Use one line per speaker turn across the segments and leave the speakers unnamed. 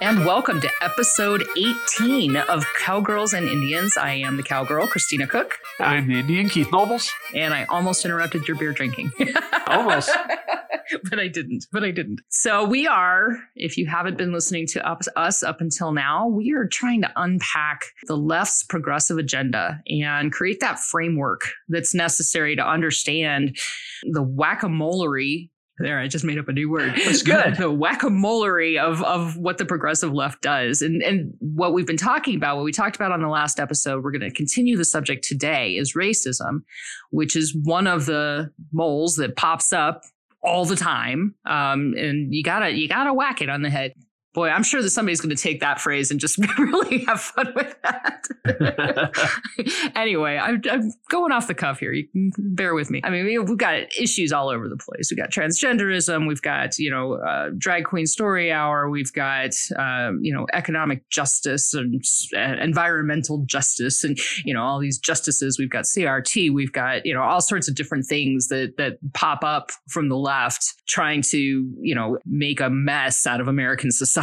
and welcome to episode 18 of Cowgirls and Indians. I am the cowgirl, Christina Cook,
I'm the Indian Keith Nobles.
and I almost interrupted your beer drinking.
Almost.
but I didn't. But I didn't. So we are, if you haven't been listening to up, us up until now, we are trying to unpack the left's progressive agenda and create that framework that's necessary to understand the whack-a-molery. There, I just made up a new word.
That's good.
The whack-a-molery of of what the progressive left does, and and what we've been talking about, what we talked about on the last episode, we're going to continue the subject today is racism, which is one of the moles that pops up all the time. Um, and you gotta you gotta whack it on the head. Boy, I'm sure that somebody's going to take that phrase and just really have fun with that. anyway, I'm, I'm going off the cuff here. You can bear with me. I mean, we, we've got issues all over the place. We've got transgenderism. We've got, you know, uh, drag queen story hour. We've got, um, you know, economic justice and s- and environmental justice and, you know, all these justices. We've got CRT. We've got, you know, all sorts of different things that, that pop up from the left trying to, you know, make a mess out of American society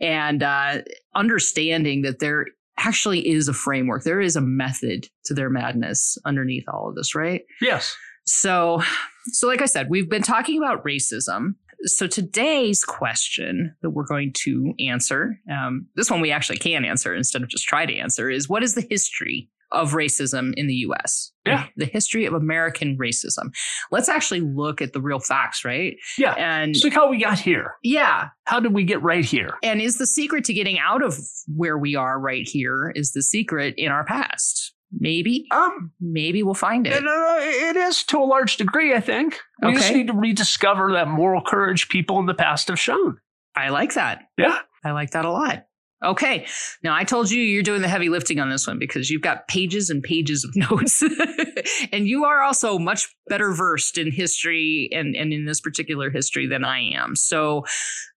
and uh, understanding that there actually is a framework. There is a method to their madness underneath all of this, right?
yes.
So, so like I said, we've been talking about racism. So today's question that we're going to answer, um, this one we actually can answer instead of just try to answer, is what is the history of racism in the U.S.
Yeah.
the history of American racism. Let's actually look at the real facts, right?
Yeah.
And
Just look how we got here.
yeah,
How did we get right here?
and is the secret to getting out of where we are right here is the secret in our past? Maybe,
Um,
maybe we'll find it.
it, uh, it is to a large degree, I think. We just
Okay.
need to rediscover that moral courage people in the past have shown.
I like that.
Yeah.
I like that a lot. Okay. Now, I told you you're doing the heavy lifting on this one because you've got pages and pages of notes. and you are also much better versed in history and, and in this particular history than I am. So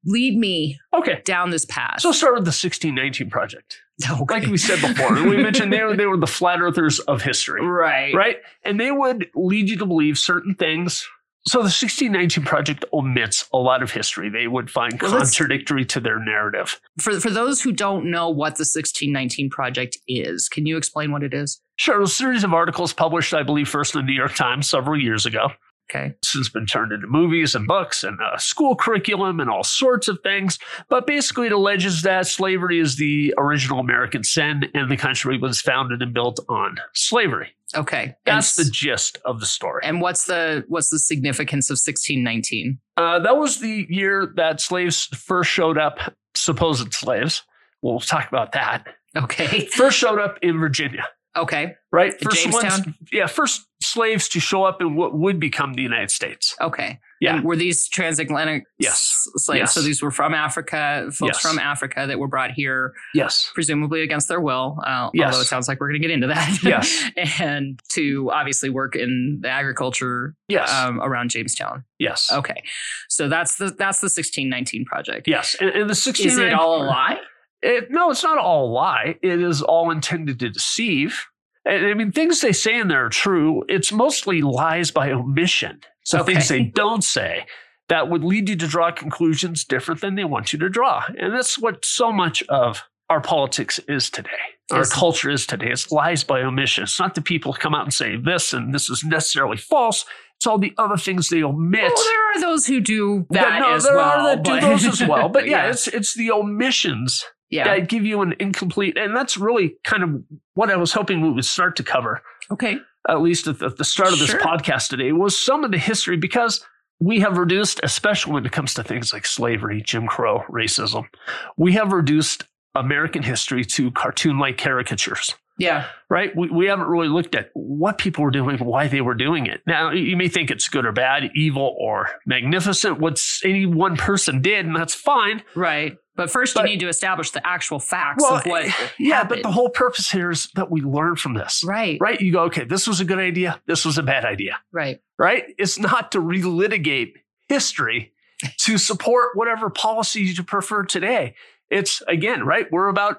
lead me
Okay.
down this path.
So start with the 1619 project.
Okay.
Like we said before, and we mentioned they were, they were the flat earthers of history.
right.
right? And they would lead you to believe certain things. So the 1619 Project omits a lot of history. They would find
Well, let's-
contradictory to their narrative.
For, for those who don't know what the 1619 Project is, can you explain what it is?
Sure, a series of articles published, I believe, first in the New York Times several years ago.
Okay.
Since been turned into movies and books and uh, school curriculum and all sorts of things. But basically, it alleges that slavery is the original American sin and the country was founded and built on slavery.
Okay.
That's
and,
the gist of the story.
and what's the what's the significance of 1619?
Uh, that was the year that slaves first showed up, supposed slaves. We'll talk about that.
Okay.
First showed up in Virginia,
Okay.
right?
At
First
Jamestown?
yeah, first slaves to show up in what would become the United States.
Okay.
Yeah.
And were these transatlantic
Yes.
s- slaves?
Yes.
So these were from Africa, folks
Yes.
from Africa that were brought here,
Yes.
presumably against their will. Uh,
Yes.
Although it sounds like we're going to get into that.
Yes.
and to obviously work in the agriculture
Yes.
um, oh, around Jamestown.
yes.
Okay. So that's the that's the 1619 project.
Yes. And, and the 16.
Is it all a lie?
It, no, it's not all a lie. It is all intended to deceive. And, I mean, things they say in there are true. It's mostly lies by omission. So
Okay.
things they don't say that would lead you to draw conclusions different than they want you to draw. And that's what so much of our politics is today. Our
Yes.
culture is today. It's lies by omission. It's not the people who come out and say this and this is necessarily false. It's all the other things they omit.
well, there are those who do that
no,
as
there
well.
are that do
but-
those as well. But yeah,
yeah,
it's it's the omissions
yeah.
that give you an incomplete and that's really kind of what i was hoping we would start to cover
Okay.
at least at the, at the start of this
Sure.
podcast today was some of the history because we have reduced especially when it comes to things like slavery jim crow racism we have reduced american history to cartoon-like caricatures
Yeah.
right? We, we haven't really looked at what people were doing, why they were doing it. Now, you may think it's good or bad, evil or magnificent, what any one person did, and that's fine.
Right. But first,
But-
you need to establish the actual facts
Well,
of what.
Yeah, but
happened.
the whole purpose here is that we learn from this,
Right.
right? You go, okay, this was a good idea, this was a bad idea,
Right.
right? It's not to relitigate history to support whatever policy you prefer today. It's again, right? We're about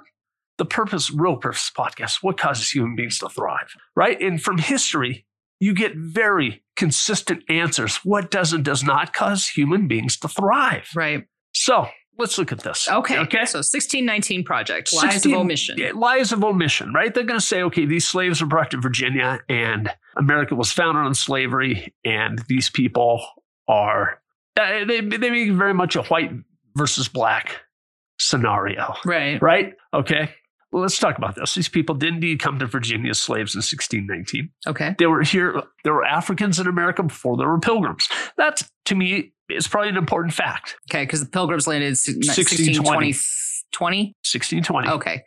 the purpose, real purpose podcast, what causes human beings to thrive, right? And from history, you get very consistent answers. What does and does not cause human beings to thrive?
Right.
So let's look at this.
Okay.
Okay.
So 1619 Project, Lies
16
of Omission.
Yeah, lies of omission, right? They're going to say, okay, these slaves were brought to Virginia and America was founded on slavery, and these people are, uh, they, they make very much a white versus black scenario,
Right.
right? Okay. Well, let's talk about this. These people did indeed come to Virginia as slaves in 1619.
Okay.
They were here, there were Africans in America before there were pilgrims. That, to me, is probably an important fact.
Okay. Because the Pilgrims landed in
1620.
1620. 20?
1620.
Okay.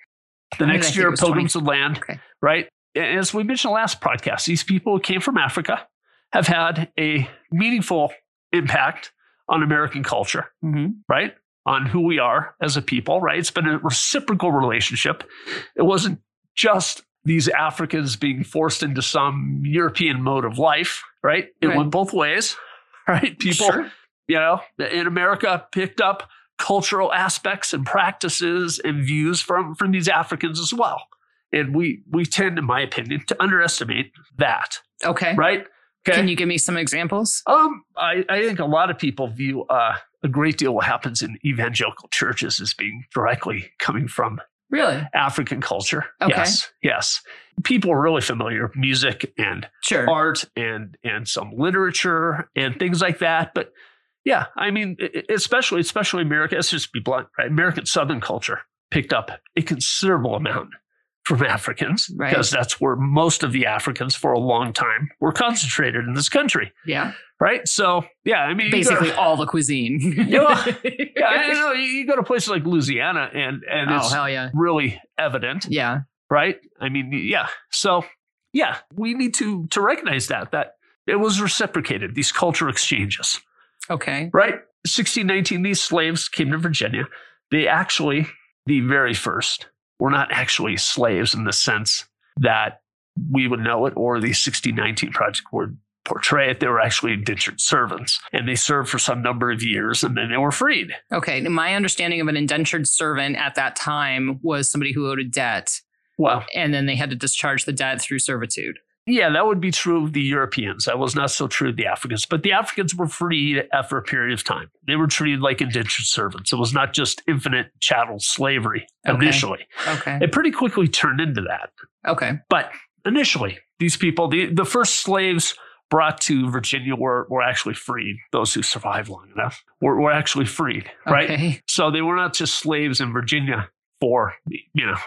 The
Why did I
next
think it
year,
was 20?
pilgrims would land,
Okay.
right? And As we mentioned last podcast, these people who came from Africa have had a meaningful impact on American culture,
hmm
right? On who we are as a people, right? It's been a reciprocal relationship. It wasn't just these Africans being forced into some European mode of life, right? It
Right.
went both ways, right? People
Sure.
you know, in America picked up cultural aspects and practices and views from from these Africans as well. And we we tend, in my opinion, to underestimate that,
Okay.
right?
Can you give me some examples?
um, I, I think a lot of people view uh, a great deal what happens in evangelical churches as being directly coming from
Really?
African culture.
Okay.
Yes, yes. People are really familiar with music and
Sure.
art and and some literature and things like that. But yeah, I mean, e- e- especially especially America. Let's just be blunt, right? American Southern culture picked up a considerable amount from Africans
Right.
because that's where most of the Africans for a long time were concentrated in this country,
Yeah.
right? So yeah, I mean, you go-
Basically all the cuisine.
Yeah. yeah, I don't know. You- You go to places like Louisiana, and and
Oh,
it's
hell yeah.
really evident
Yeah.
right? I mean, yeah. So, yeah, we need to to recognize that that it was reciprocated these culture exchanges,
Okay.
right? 1619 these slaves came to Virginia. They actually the very first were not actually slaves in the sense that we would know it or the 1619 project would portray it. They were actually indentured servants and they served for some number of years and then they were freed.
Okay. My understanding of an indentured servant at that time was somebody who owed a debt
Well,
and then they had to discharge the debt through servitude.
Yeah, that would be true of the Europeans. That was not so true of the Africans, but the Africans were freed after a period of time. They were treated like indentured servants. It was not just infinite chattel slavery
Okay.
initially.
Okay.
It pretty quickly turned into that.
Okay.
But initially, these people, the, the first slaves brought to Virginia were, were actually freed. Those who survived long enough were, were actually freed, right?
Okay.
So they were not just slaves in Virginia for, you know,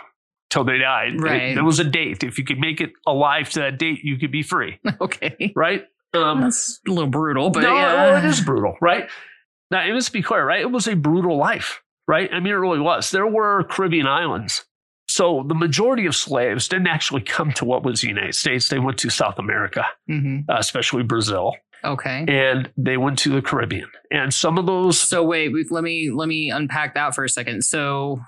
till they died.
Right.
There was a date. If you could make it alive to that date, you could be free
Okay.
right? Um,
That's a little brutal, but
no,
yeah.
well, it is brutal, right? Now, it must be clear, right? It was a brutal life, right? I mean, it really was. There were Caribbean islands. So the majority of slaves didn't actually come to what was the United States. They went to South America,
hmm
uh, especially Brazil,
Okay.
and they went to the Caribbean. And some of those,
So wait, we- let me let me unpack that for a second. So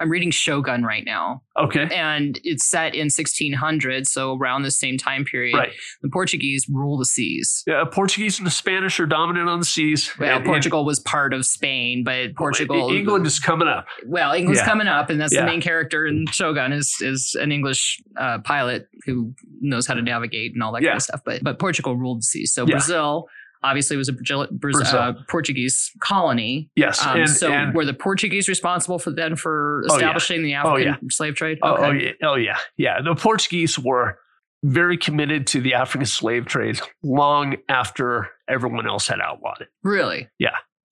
I'm reading Shogun right now,
okay,
and it's set in 1600, so around the same time period.
right.
The Portuguese rule the seas.
Yeah, uh, Portuguese and the Spanish are dominant on the seas.
Well,
And-
Portugal was part of Spain, but
and
Portugal,
England is coming up.
well, England's
Yeah.
coming up, and that's
Yeah.
the main character in Shogun is is an English uh, pilot who knows how to navigate and all that
Yeah.
kind of stuff. But but Portugal ruled the seas, so
Yeah.
Brazil obviously was a Brazil, Brazil. Uh,
Brazil.
Portuguese colony,
Yes.
Um,
and,
so
and-
were the Portuguese responsible for then for
Oh, yeah.
establishing the
Oh,
African slave trade?
Oh, oh, yeah. Oh, yeah. Yeah. The Portuguese were very committed to the African slave trade long after everyone else had outlawed it.
Really?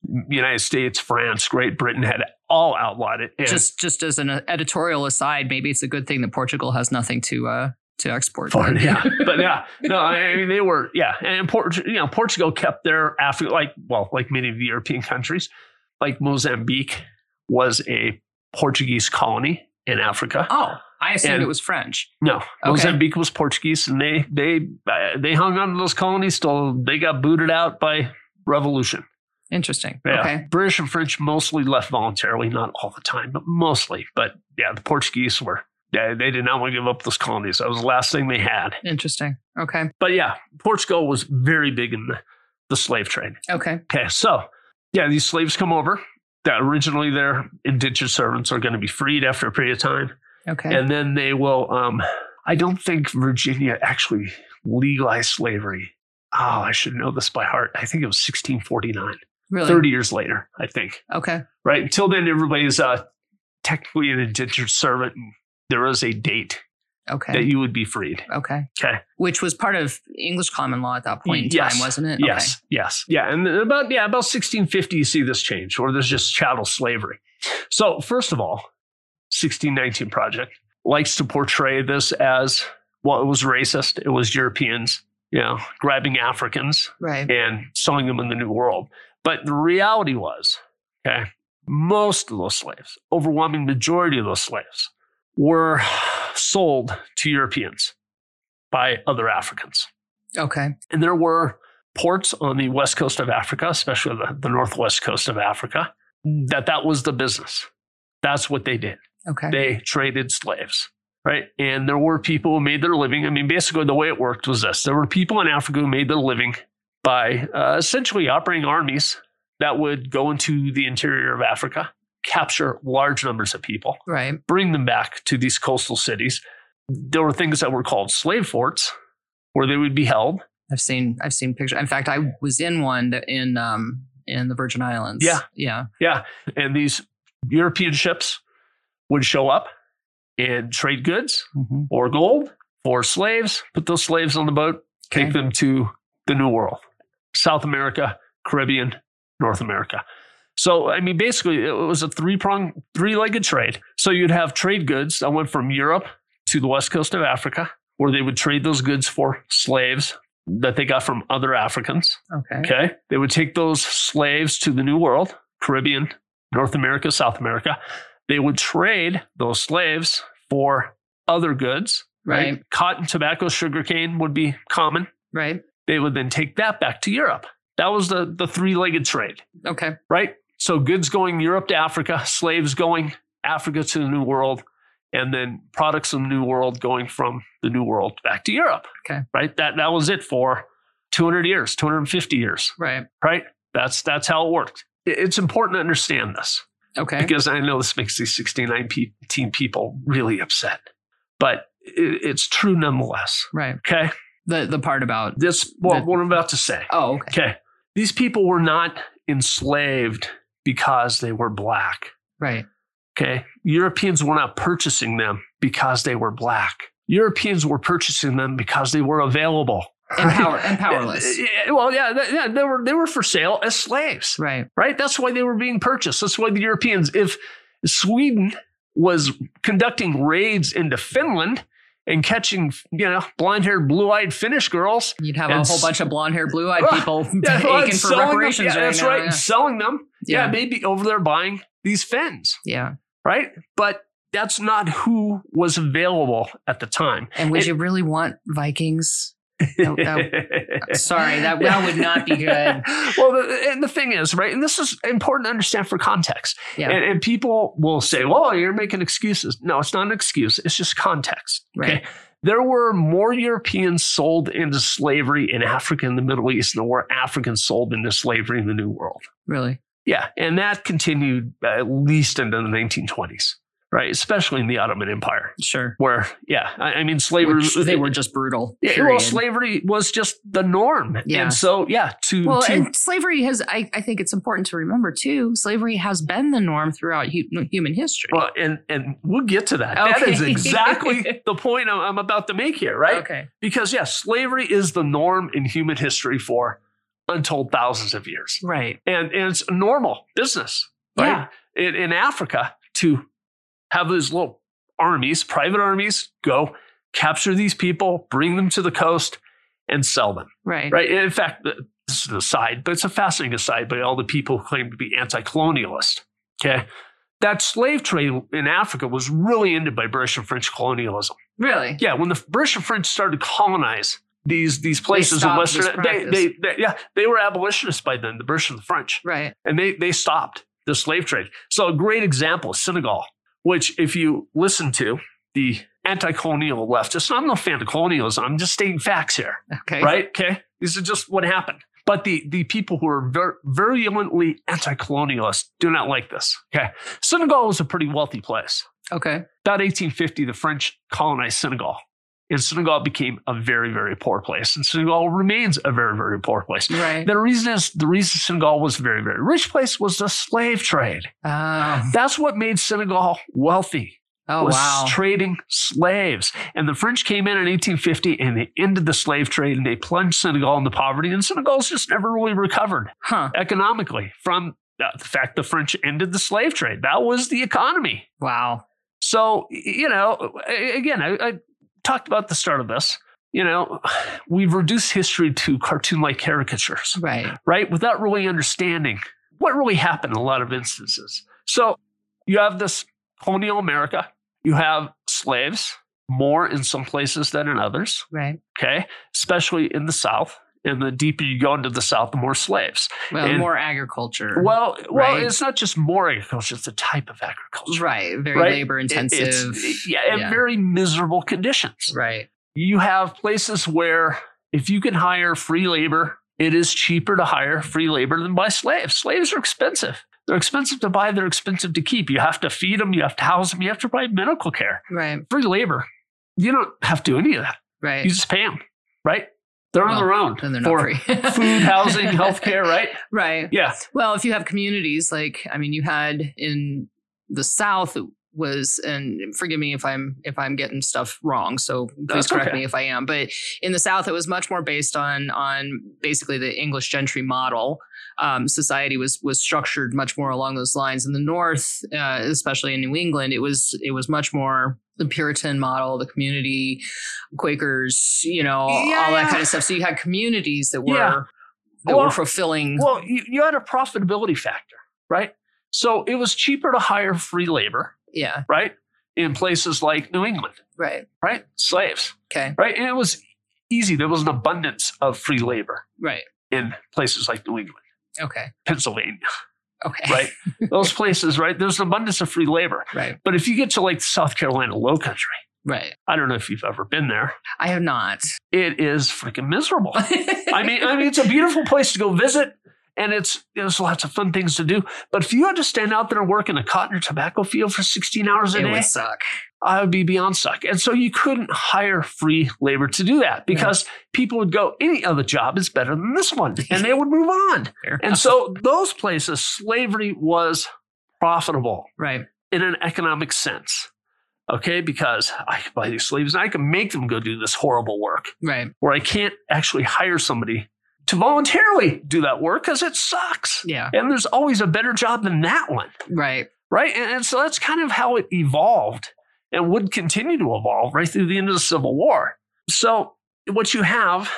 The United States, France, Great Britain had all outlawed it. And
Just just as an editorial aside, maybe it's a good thing that Portugal has nothing to uh to export.
for, yeah. But yeah, no, I mean, they were, yeah. And Port, you know, Portugal kept their Africa, like, well, like many of the European countries, like Mozambique was a Portuguese colony in Africa.
Oh, I assumed
And-
it was French.
No, Mozambique was Portuguese, and they they uh, they hung on to those colonies till they got booted out by revolution.
Interesting.
Yeah.
Okay.
British and French mostly left voluntarily, not all the time, but mostly. But yeah, the Portuguese were they, they did not want to give up those colonies. That was the last thing they had.
Interesting. Okay.
But yeah, Portugal was very big in the, the slave trade.
Okay.
Okay, so yeah, these slaves come over. That originally their indentured servants are going to be freed after a period of time.
Okay.
And then they will. Um, I don't think Virginia actually legalized slavery. Oh, I should know this by heart. I think it was 1649.
Really?
30 years later, I think.
Okay.
Right? Until then, everybody's uh, technically an indentured servant. And there is a date that
Okay.
you would be freed.
Okay.
Okay.
Which was part of English common law at that point in
Yes.
time, wasn't it?
Yes. Yes. Yeah. And about yeah, about 1650, you see this change, or there's just chattel slavery. So first of all, 1619 Project likes to portray this as well, it was racist. It was Europeans, you know, grabbing Africans
Okay. Right.
and selling them in the New World. But the reality was, okay, most of those slaves, overwhelming majority of those slaves, were sold to Europeans by other Africans.
Okay.
And there were ports on the west coast of Africa, especially the, the northwest coast of Africa, that that was the business. That's what they did.
Okay.
They traded slaves, right? And there were people who made their living. I mean, basically, the way it worked was this there were people in Africa who made their living by uh, essentially operating armies that would go into the interior of Africa, capture large numbers of people,
Right.
bring them back to these coastal cities. There were things that were called slave forts where they would be held.
I've seen I've seen pictures. In fact, I was in one that in um in the Virgin Islands.
Yeah.
Yeah.
and these European ships would show up and trade goods
hmm
or gold for slaves, put those slaves on the boat, take
Okay.
them to the New World, South America, Caribbean, North America. So, I mean, basically, it was a three prong, three legged trade. So, you'd have trade goods that went from Europe to the west coast of Africa, where they would trade those goods for slaves that they got from other Africans.
Okay.
Okay. They would take those slaves to the New World, Caribbean, North America, South America. They would trade those slaves for other goods,
Right.
Cotton, tobacco, sugarcane would be common.
Right.
They would then take that back to Europe. That was the, the three legged trade,
Okay.
right? So goods going Europe to Africa, slaves going Africa to the New World, and then products of the New World going from the New World back to Europe.
Okay.
Right. That, that was it for 200 years, 250 years
Right.
right? That's that's how it worked. I- It's important to understand this
Okay.
because I know this makes these 69 pe- teen people really upset, but it, it's true nonetheless.
Right.
Okay,
The the part about
this what,
The-
what I'm about to say.
Oh, okay.
Okay, these people were not enslaved because they were black.
Right.
Okay, Europeans were not purchasing them because they were black. Europeans were purchasing them because they were available
And power and powerless.
Yeah, well, yeah, th- yeah, they were they were for sale as slaves.
Right.
right? That's why they were being purchased. That's why the Europeans, if Sweden was conducting raids into Finland and catching, you know, blonde haired, blue eyed Finnish girls,
You'd have
And
a whole
s-
bunch of blonde haired, blue eyed
Ah,
people
yeah, well,
aching for
selling them-
reparations
yeah,
right
that's
now.
right, selling them. Yeah.
Yeah.
maybe over there buying these Finns,
Yeah. yeah.
right? But that's not who was available at the time.
And would
It-
you really want Vikings? No, that- sorry, that- that would not be good.
well, the, and the thing is, right, and this is important to understand for context.
Yeah.
And, and people will say, well, you're making excuses. No, it's not an excuse. It's just context.
Right.
There were more Europeans sold into slavery in Africa and the Middle East than were Africans sold into slavery in the New World.
Really?
Yeah. And that continued at least into the 1920s, right? Especially in the Ottoman Empire,
Sure.
where, yeah, I, I mean, slavery.
Which they were just brutal.
Yeah, well,
period.
slavery was just the norm.
Yeah.
And so, yeah, to,
Well,
to
and slavery has, I, I think it's important to remember too, slavery has been the norm throughout hu- human history.
Well, and and we'll get to that. That
Okay.
is exactly the point I'm, I'm about to make here, right?
Okay.
Because yes, slavery is the norm in human history for untold thousands of years,
Right.
and and it's normal business, right? In, in Africa, to have these little armies, private armies, go capture these people, bring them to the coast, and sell them,
Right.
right? And in fact, th- this is an aside, but it's a fascinating aside by all the people who claim to be anti-colonialist. Okay. That slave trade in Africa was really ended by British and French colonialism.
Really?
Yeah, when the British and French started to colonize these these places in
stopped
Western,
this
they,
practice.
they, they yeah they were abolitionists by then, the British and the French,
Right.
and they they stopped the slave trade. So a great example is Senegal, which if you listen to the anti-colonial leftists, and I'm no fan of colonialism. I'm just stating facts here
Okay.
right? Okay, these are just what happened. But the the people who are ver- virulently anti-colonialist do not like this. Okay, Senegal was a pretty wealthy place.
Okay.
About 1850, the French colonized Senegal, And Senegal became a very, very poor place. And Senegal remains a very, very poor place.
Right.
The reason is the reason Senegal was a very, very rich place was the slave trade.
Oh,
That's what made Senegal wealthy.
oh
was
wow.
trading slaves. And the French came in in 1850 and they ended the slave trade and they plunged Senegal into poverty. And Senegal's just never really recovered
Huh.
economically from uh, the fact the French ended the slave trade. That was the economy.
Wow.
So, y- you know, a- again, I, I talked about the start of this. You know, we've reduced history to cartoon like caricatures
Right.
right? Without really understanding what really happened in a lot of instances. So you have this colonial America, you have slaves, more in some places than in others,
Right.
okay? Especially in the South. And the deeper you go into the South, the more slaves.
Well,
And-
more agriculture.
Well, well,
Right.
it's not just more agriculture, it's a type of agriculture.
right. Very
right.
labor
It- it's-
intensive.
yeah, and
yeah.
very miserable conditions.
Right.
You have places where if you can hire free labor, it is cheaper to hire free labor than buy slaves. Slaves are expensive. They're expensive to buy, they're expensive to keep. You have to feed them, you have to house them, you have to provide medical care.
Right.
Free labor, you don't have to do any of that.
Right.
You just pay them, right? They're on
Well,
their own.
then they're
for
not free.
Food, housing, healthcare, right?
Right.
Yeah.
Well, if you have communities like I mean, you had in the South it was and forgive me if I'm if I'm getting stuff wrong, so please
That's
correct
okay.
me if I am. But in the South, it was much more based on on basically the English gentry model. Um, society was was structured much more along those lines. In the North, uh, especially in New England, it was it was much more the Puritan model, the community Quakers, you know,
Yeah,
all that
yeah.
kind of stuff. So you had communities that were
Yeah.
that
Well-
were fulfilling
Well, you, you had a profitability factor, right? So it was cheaper to hire free labor,
Yeah.
right? In places like New England,
Right.
right? Slaves.
Okay.
right? And it was easy. There was an abundance of free labor
Right.
in places like New England,
Okay.
Pennsylvania,
Okay.
right? Those places, right? There's an abundance of free labor.
Right.
But if you get to like South Carolina low country,
Right.
I don't know if you've ever been there,
I have not.
it is freaking miserable. I
I
mean, I mean, it's a beautiful place to go visit. And it's there's lots of fun things to do. But if you had to stand out there and work in a cotton or tobacco field for 16 hours a
it
day,
would suck.
I would be beyond suck. And so you couldn't hire free labor to do that because people would go, any other job is better than this one. And they would move on. And so those places, slavery was profitable
Right.
in an economic sense. Okay, because I can buy these slaves and I can make them go do this horrible work
Right.
where I can't actually hire somebody to voluntarily do that work because it sucks.
Yeah.
And there's always a better job than that one
Right.
right? And, and so that's kind of how it evolved and would continue to evolve right through the end of the Civil War. So what you have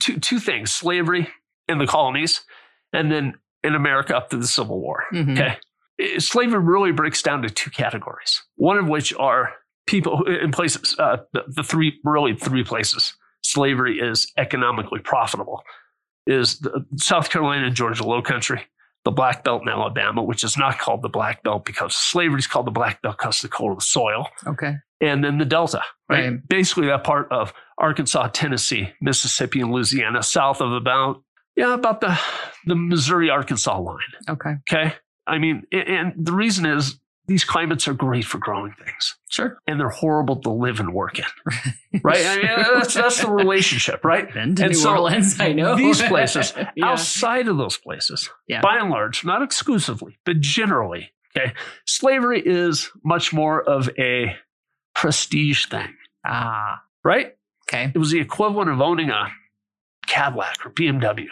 two two things: slavery in the colonies, and then in America up to the Civil War.
Mhm.
Okay. Eh, Slavery really breaks down to two categories. One of which are people who- in places. Uh, the, the three really three places slavery is economically profitable is the South Carolina and Georgia Low Country, the Black Belt in Alabama, which is not called the Black Belt because slavery is called the Black Belt because of the cold of the soil,
Okay.
and then the Delta, right?
Right.
Basically, that part of Arkansas, Tennessee, Mississippi, and Louisiana, south of about yeah about the the Missouri Arkansas line.
Okay.
Okay, I mean, a- and the reason is these climates are great for growing things,
Sure.
and they're horrible to live and work in, right? I mean, uh, that's that's the relationship, right?
Been to
And
New
so
Orleans. I know
these places,
yeah.
outside of those places,
Yeah.
by and large, not exclusively, but generally, okay, slavery is much more of a prestige thing,
Ah.
right?
Okay.
It was the equivalent of owning a Cadillac or BMW,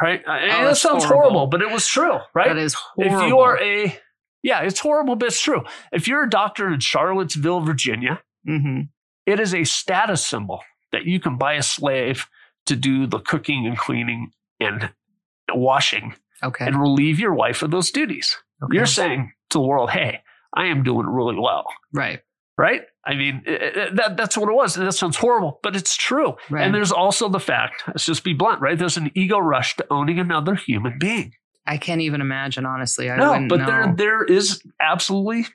right? Uh, and that
Oh, that's
sounds horrible.
horrible.
but it was true, right?
That is horrible.
If you are a, yeah, it's horrible, but it's true. If you're a doctor in Charlottesville, Virginia,
hmm
it is a status symbol that you can buy a slave to do the cooking and cleaning and washing
Okay.
and relieve your wife of those duties.
okay.
You're saying to the world, hey, I am doing really well,
right.
right? I mean, i- i- that, that's what it was. And that sounds horrible, but it's true.
Right.
And there's also the fact, let's just be blunt, right? There's an ego rush to owning another human being.
I can't even imagine, honestly. I
No,
wouldn't
but
know.
there there is absolutely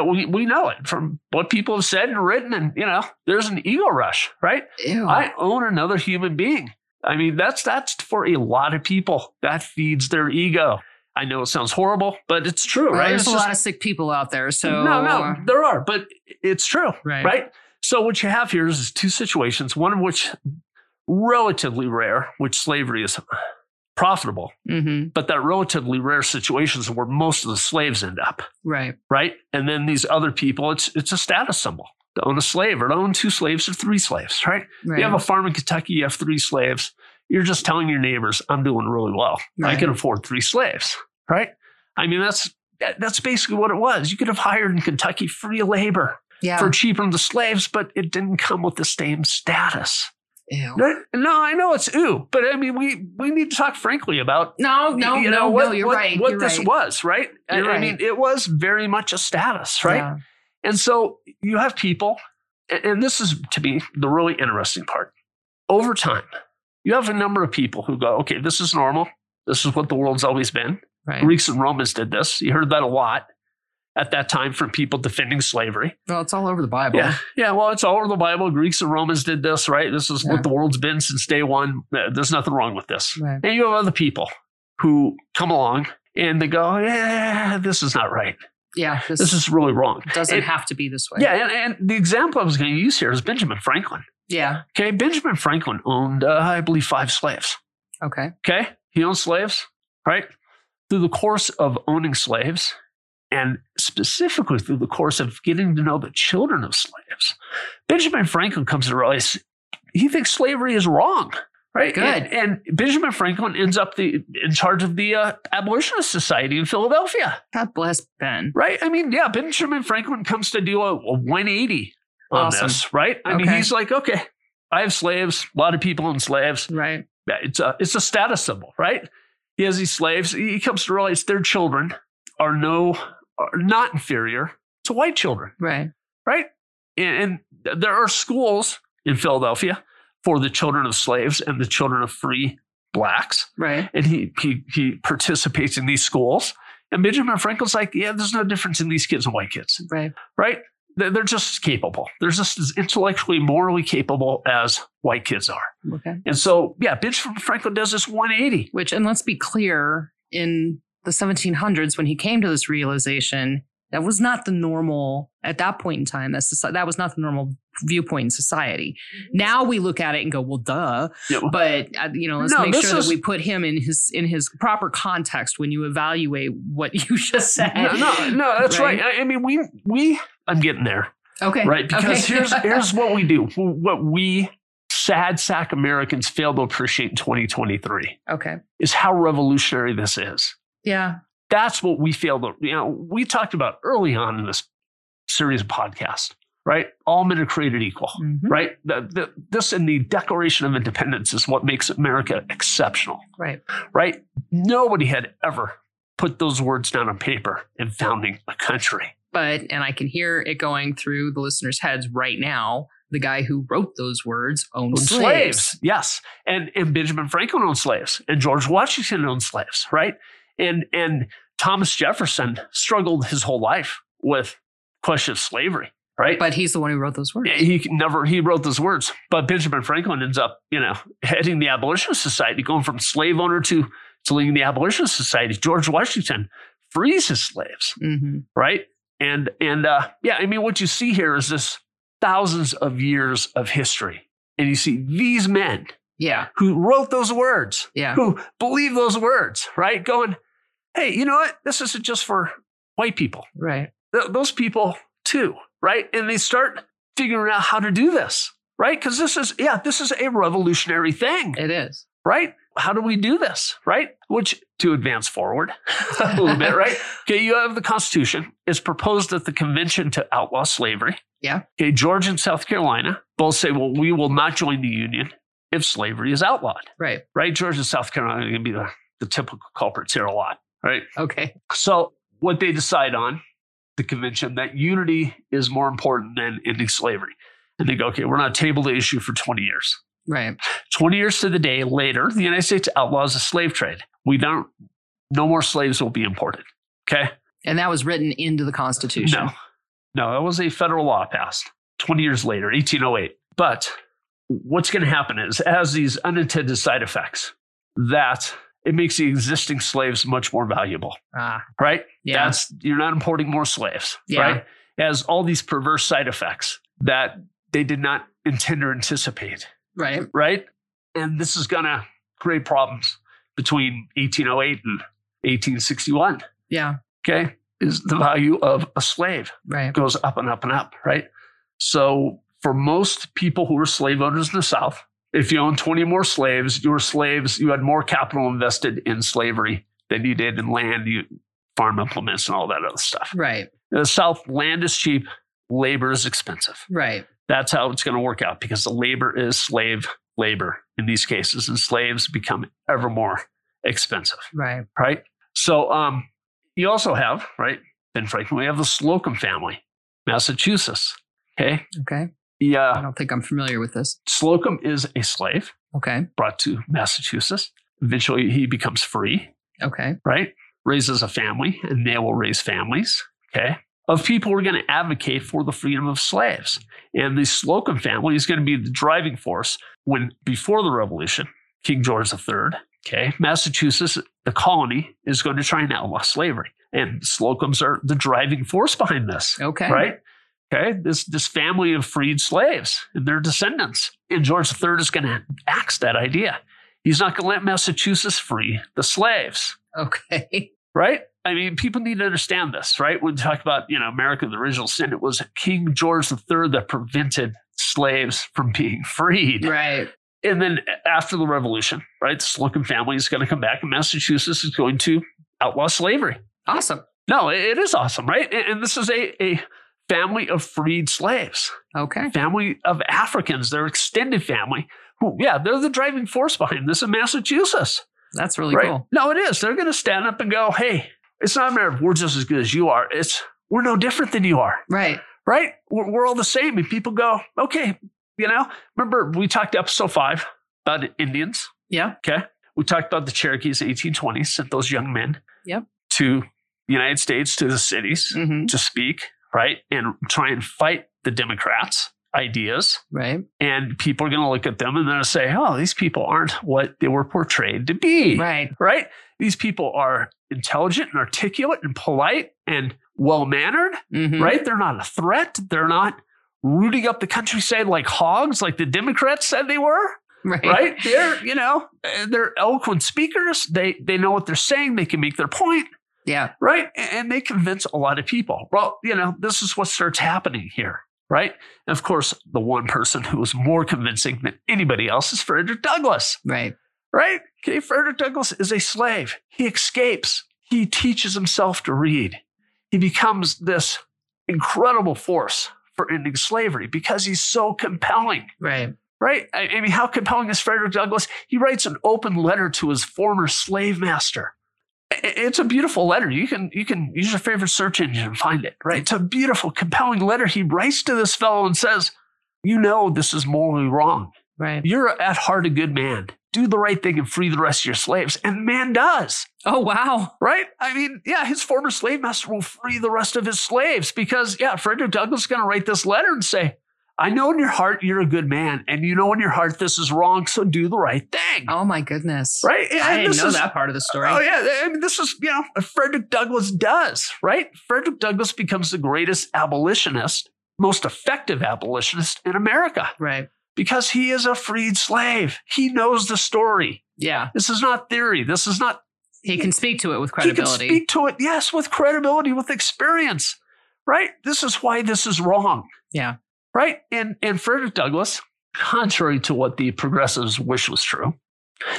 we, we know it from what people have said and written and you know there's an ego rush right
Ew.
i own another human being i mean that's that's for a lot of people that feeds their ego i know it sounds horrible but it's true
Well,
right
There's
It's
a
just-
lot of sick people out there. So
no no there are but it's true
uh, Right.
right So what you have here is two situations, one of which relatively rare, which slavery is profitable,
hmm
but that relatively rare situations where most of the slaves end up,
Right.
right? And then these other people, it's it's a status symbol. To own a slave or to own two slaves or three slaves, right?
Right.
You have a farm in Kentucky, you have three slaves. You're just telling your neighbors, I'm doing really well. I
Right.
can afford three slaves, right? I mean, that's that- that's basically what it was. You could have hired in Kentucky free labor
yeah.
for cheaper than the slaves, but it didn't come with the same status.
Ew.
No, no, I know it's ooh, but I mean, we we need to talk frankly about
No, no, no,
you know,
no,
what,
you're
what,
right.
what
you're
this
right.
was, right? I-
You're
I mean,
right.
it was very much a status, right?
Yeah.
And so you have people, a- and this is to be the really interesting part. Over time, you have a number of people who go, okay, this is normal. This is what the world's always been.
Right.
Greeks and Romans did this. You heard that a lot at that time from people defending slavery.
well, it's all over the Bible.
Yeah. Yeah. Well, it's all over the Bible. Greeks and Romans did this, right? This is
Yeah.
what the world's been since day one. Uh, There's nothing wrong with this.
Right.
And you have other people who come along and they go, yeah, this is not right.
Yeah. This,
This is really wrong.
doesn't
It-
have to be this way.
yeah, and, and the example I was going to use here is Benjamin Franklin.
Yeah.
Okay, Benjamin Franklin owned, uh, I believe, five slaves.
Okay.
Okay, he owned slaves, right? Through the course of owning slaves, and specifically through the course of getting to know the children of slaves, Benjamin Franklin comes to realize he thinks slavery is wrong. Right,
Good.
and, and Benjamin Franklin ends up the in charge of the uh, abolitionist society in Philadelphia.
God bless Ben.
Right? I mean, yeah, Benjamin Franklin comes to do a, a 180 on
Awesome.
this, right? I mean,
Okay.
he's like, okay, I have slaves, a lot of people own slaves.
Right.
Yeah, It's a, it's a status symbol, right? He has these slaves. He he comes to realize their children are no, are not inferior to white children,
Right.
right? And, and there are schools in Philadelphia for the children of slaves and the children of free blacks
Right.
and he he he participates in these schools. And Benjamin Franklin's like, yeah, there's no difference in these kids and white kids,
Right.
right? They're they're just as capable. They're just as intellectually, morally capable as white kids are.
Okay.
And so, yeah, Benjamin Franklin does this 180.
Which, and let's be clear, in the 1700s, when he came to this realization, that was not the normal at that point in time. That soci- that was not the normal viewpoint in society.
Mm-hmm.
Now we look at it and go, well, duh.
Yeah.
But uh, you know, let's
No,
make
this
sure
is-
that we put him in his in his proper context when you evaluate what you just said.
No, no, no, that's right.
Right.
I, I mean, we we I'm getting there,
Okay.
right? Because
Okay.
here's here's what we do, what we sad sack Americans fail to appreciate in 2023
okay.
is how revolutionary this is.
Yeah.
that's what we failed. to- You know, we talked about early on in this series of podcasts, right? All men are created equal,
Mhm.
right? The, the, this and the Declaration of Independence is what makes America exceptional,
Right.
right? Nobody had ever put those words down on paper in founding a country.
But and I can hear it going through the listeners' heads right now. The guy who wrote those words owned,
Owned
slaves.
yes, and and Benjamin Franklin owned slaves, and George Washington owned slaves, right? And and Thomas Jefferson struggled his whole life with question of slavery, right?
But he's the one who wrote those words.
Yeah, he never he wrote those words but benjamin franklin ends up you know heading the abolitionist society going from slave owner to to leading the abolitionist society george washington frees his slaves
Mm-hmm.
right and and uh yeah i mean what you see here is this thousands of years of history and you see these men
Yeah.
who wrote those words
Yeah.
who believe those words right going hey you know what this isn't just for white people
Right.
th- those people too, right? And they start figuring out how to do this, right? Because this is, yeah, this is a revolutionary thing,
It is.
right? How do we do this, right? Which to advance forward a little bit, right? Okay, you have the Constitution. It's proposed at the convention to outlaw slavery.
Yeah.
Okay, Georgia and South Carolina both say, well, we will not join the Union if slavery is outlawed,
Right.
right? Georgia and South Carolina are going to be the, the typical culprits here a lot, right?
Okay.
So, what they decide on the convention that unity is more important than ending slavery. And they go, okay, we're not table the issue for 20 years.
Right.
20 years to the day later, the United States outlaws the slave trade. We don't, no more slaves will be imported. Okay.
And that was written into the Constitution.
No, no, that was a federal law passed 20 years later, 1808. But what's going to happen is, it has these unintended side effects that it makes the existing slaves much more valuable,
Ah.
right?
Yeah.
That's you're not importing more slaves,
Yeah.
right? It has all these perverse side effects that they did not intend or anticipate,
Right.
right? And this is going to create problems between 1808 and 1861.
Yeah.
Okay. Is the value of a slave
Right.
goes up and up and up, right? So for most people who were slave owners in the South, if you owned 20 more slaves, you were slaves, you had more capital invested in slavery than you did in land, you, farm implements, and all that other stuff.
Right.
In the South, land is cheap, labor is expensive.
Right.
That's how it's going to work out because the labor is slave labor in these cases, and slaves become ever more expensive
Right.
right? So um, you also have, right, Ben Franklin, we have the Slocum family, Massachusetts. Okay.
Okay. I
Yeah.
don't think I'm familiar with this.
Slocum is a slave
Okay.
brought to Massachusetts. Eventually he becomes free,
Okay.
right? Raises a family, and they will raise families, okay, of people who are going to advocate for the freedom of slaves. And the Slocum family is going to be the driving force when, before the Revolution, King George III, okay, Massachusetts, the colony, is going to try and outlaw slavery. And Slocums are the driving force behind this,
Okay.
right? Okay, this, this family of freed slaves and their descendants. And George III is going to axe that idea. He's not going to let Massachusetts free the slaves
Okay.
right? I mean, people need to understand this, right? When we talk about, you know, America, the original sin, it was King George III that prevented slaves from being freed.
Right.
And then after the revolution, right, the Slocum family is going to come back and Massachusetts is going to outlaw slavery.
Awesome.
No, it- it is awesome, right? And and this is a, a family of freed slaves,
Okay.
family of Africans, their extended family. Who, yeah, they're the driving force behind this in Massachusetts.
That's really cool.
No, it is. They're going to stand up and go, hey, it's not a matter of we're just as good as you are. It's we're no different than you are,
Right.
right? We're, we're all the same. And people go, okay, you know, remember we talked episode five about Indians.
Yeah.
We talked about the Cherokees in the 1820s sent those young men
Yep.
to the United States, to the cities
hmm
to speak, right? And try and fight the Democrats' ideas.
Right.
And people are going to look at them and they're going to say, oh, these people aren't what they were portrayed to be
Right.
right? These people are intelligent and articulate and polite and well mannered,
Mhm.
right? They're not a threat. They're not rooting up the countryside like hogs, like the Democrats said they were,
Right.
right? They're, you know, uh, they're eloquent speakers. They they know what they're saying. They can make their point,
Yeah.
right? A- And they convince a lot of people. Well, you know, this is what starts happening here. Right. And of course, the one person who was more convincing than anybody else is Frederick Douglass
Right.
right? Okay, Frederick Douglass is a slave. He escapes. He teaches himself to read. He becomes this incredible force for ending slavery because he's so compelling,
Right.
right? I, I mean, how compelling is Frederick Douglass? He writes an open letter to his former slave master. I- I- It's a beautiful letter. You can you can use your favorite search engine and find it, right? It's a beautiful, compelling letter. He writes to this fellow and says, "You know this is morally wrong."
Right.
You're at heart a good man. Do the right thing and free the rest of your slaves. And the man does,
Oh wow.
right? I mean, yeah, his former slave master will free the rest of his slaves because, yeah, Frederick Douglass is going to write this letter and say, I know in your heart you're a good man, and you know in your heart this is wrong, so do the right thing.
Oh my goodness.
Right? And
I didn't
this
know
is-
that part of the story.
Oh, yeah. I mean, this is, you know, what Frederick Douglass does, right? Frederick Douglass becomes the greatest abolitionist, most effective abolitionist in America
Right.
because he is a freed slave. He knows the story.
Yeah.
This is not theory. This is not.
He can speak to it with
He can
credibility.
speak to it, yes, with credibility, with experience, right? This is why this is wrong.
Yeah.
Right. And and Frederick Douglass, contrary to what the progressives wish was true,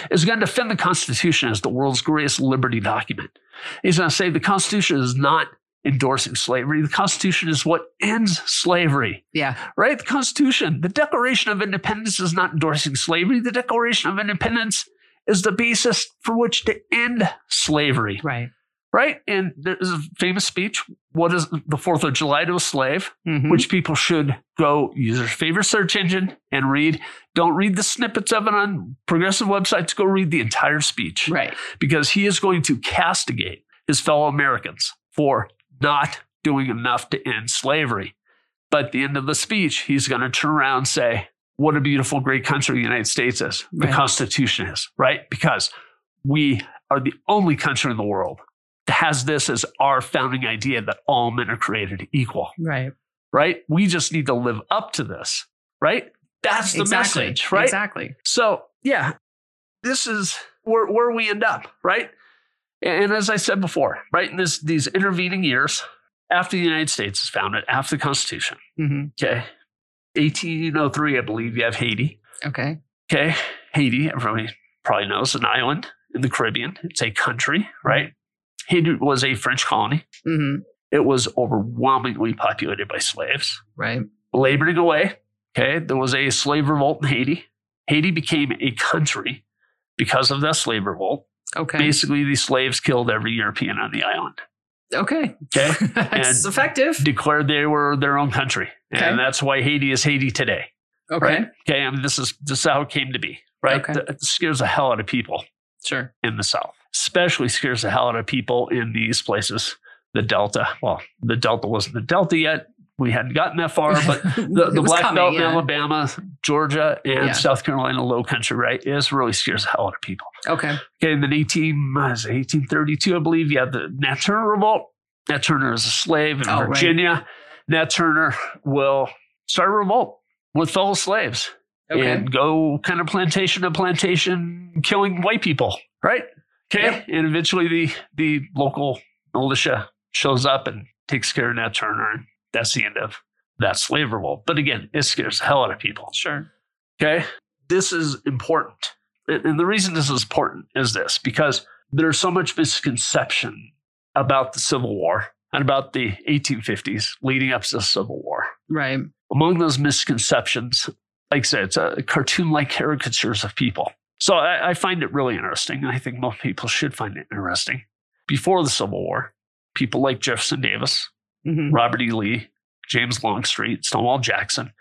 is going to defend the Constitution as the world's greatest liberty document. He's going to say the Constitution is not endorsing slavery. The Constitution is what ends slavery
yeah.
right? The Constitution, the Declaration of Independence is not endorsing slavery. The Declaration of Independence is the basis for which to end slavery,
Right.
right? And there's a famous speech, What is the 4th of July to a Slave?
Mhm.
Which people should go use their favorite search engine and read. Don't read the snippets of it on progressive websites, go read the entire speech
right.
because he is going to castigate his fellow Americans for not doing enough to end slavery. But at the end of the speech, he's going to turn around and say, What a beautiful, great country the United States is, the
Right.
Constitution is, right? Because we are the only country in the world that has this as our founding idea that all men are created equal,
Right.
right? We just need to live up to this. right? That's the
exactly.
message, right?
Exactly.
So, yeah, this is where, where we end up, right? And as I said before, right, in this, these intervening years, after the United States is founded, after the Constitution,
hmm
okay, 1803, I believe you have Haiti.
Okay.
Okay, Haiti, everybody probably knows, an island in the Caribbean. It's a country, right? Haiti was a French colony.
hmm
It was overwhelmingly populated by slaves
Right.
laboring away. Okay, there was a slave revolt in Haiti. Haiti became a country because of that slave revolt.
Okay.
Basically, the slaves killed every European on the island,
okay.
Okay.
it's effective.
declared they were their own country,
Okay.
and that's why Haiti is Haiti today.
okay.
Right? Okay, I mean, this is this is how it came to be. Right?
Okay.
Th- It scares the hell out of people
Sure.
in the South, especially scares the hell out of people in these places. The Delta. Well, the Delta wasn't the Delta yet. We hadn't gotten that far, but the,
It
the
was
black
coming,
belt in
yeah.
Alabama, Georgia, and
Yeah.
South Carolina, low country, right, is really scares the hell out of people.
Okay.
Okay, and then 18, what is it, 1832, I believe, you have the Nat Turner revolt. Nat Turner is a slave in
Oh, right.
Virginia. Nat Turner will start a revolt with fellow slaves
Okay.
and go kind of plantation to plantation, killing white people, right? Okay,
Yep.
and eventually the the local militia shows up and takes care of Nat Turner, and that's the end of that slave revolt. But again, it scares the hell out of people.
sure.
Okay. This is important. And and the reason this is important is this because there's so much misconception about the Civil War and about the 1850s leading up to the Civil War.
Right.
Among those misconceptions, like I said, it's uh cartoon like caricatures of people. So I, I find it really interesting. And I think most people should find it interesting. Before the Civil War, people like Jefferson Davis,
hmm
Robert E. Lee, James Longstreet, Stonewall Jackson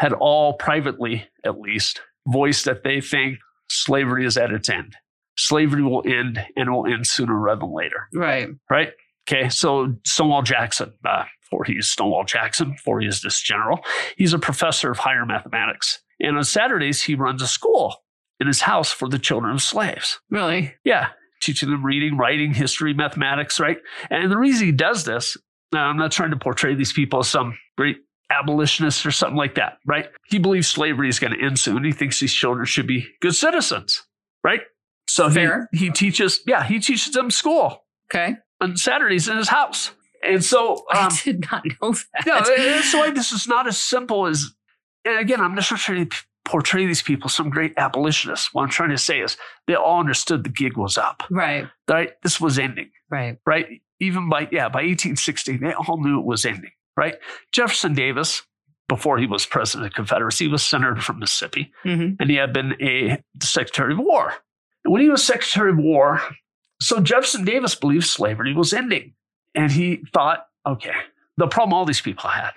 had all privately, at least, voiced that they think slavery is at its end. Slavery will end and it will end sooner rather than later,
Right.
right? Okay, so Stonewall Jackson, uh, before he's Stonewall Jackson, before he is this general, he's a professor of higher mathematics. And on Saturdays, he runs a school in his house for the children of slaves.
Really.
Yeah, teaching them reading, writing, history, mathematics, right? And the reason he does this, now I'm not trying to portray these people as some great abolitionist or something like that, right? He believes slavery is going to end soon. He thinks these children should be good citizens, right? So he-
Fair.
He, teaches, yeah, he teaches them school
Okay.
on Saturdays in his house. And so, um,
I did not know that.
no, that's why this is not as simple as. And again, I'm just not trying to portray these people as some great abolitionists. What I'm trying to say is they all understood the gig was up
Right.
right? This was ending,
Right.
right? Even by, yeah, by 1860, they all knew it was ending, right? Jefferson Davis, before he was president of the Confederacy, was senator from Mississippi,
hmm
and he had been a secretary of war. And when he was secretary of war, so Jefferson Davis believed slavery was ending. And he thought, okay, the problem all these people had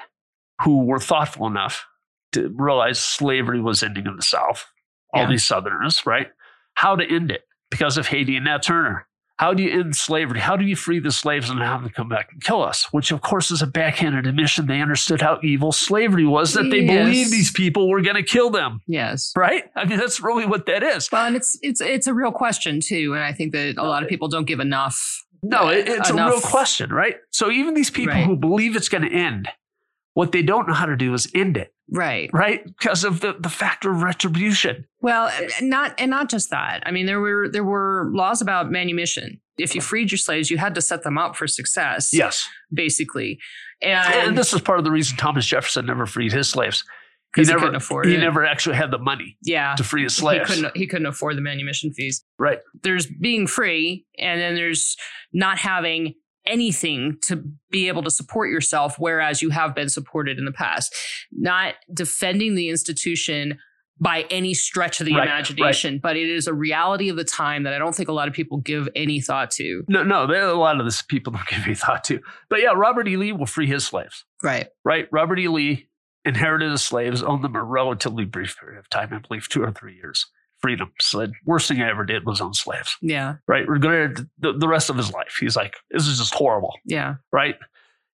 who were thoughtful enough to realize slavery was ending in the South, all
Yeah.
these Southerners, right? How to end it because of Haiti and Nat Turner. How do you end slavery? How do you free the slaves and have them come back and kill us? Which, of course, is a backhanded admission. They understood how evil slavery was, that they
Yes.
believed these people were going to kill them,
Yes.
right? I mean, that's really what that is.
Well, and it's it's it's a real question too, and I think that a lot of people don't give enough.
No, it, it's
Enough.
a real question, right? So even these people
Right.
who believe it's going to end, what they don't know how to do is end it,
Right.
right? Because of the, the factor of retribution.
Well, and not and not just that. I mean, there were there were laws about manumission. If you freed your slaves, you had to set them up for success,
Yes.
basically,
And,
and
this is part of the reason Thomas Jefferson never freed his slaves. He
because he,
never-
couldn't afford
He
it.
never actually had the money
yeah,
to free his
he
slaves.
couldn't he couldn't afford the manumission fees.
Right.
There's being free, and then there's not having anything to be able to support yourself, whereas you have been supported in the past. Not defending the institution by any stretch of the
Right, right.
imagination, but it is a reality of the time that I don't think a lot of people give any thought to.
No, no, there are a lot of this people don't give any thought to. But yeah, Robert E. Lee will free his slaves,
Right.
right? Robert E. Lee inherited his slaves, owned them a relatively brief period of time, I believe two or three years. Freedom. So the worst thing I ever did was own slaves.
Yeah.
right? Regretted the, the rest of his life. He's like, this is just horrible,
Yeah.
right?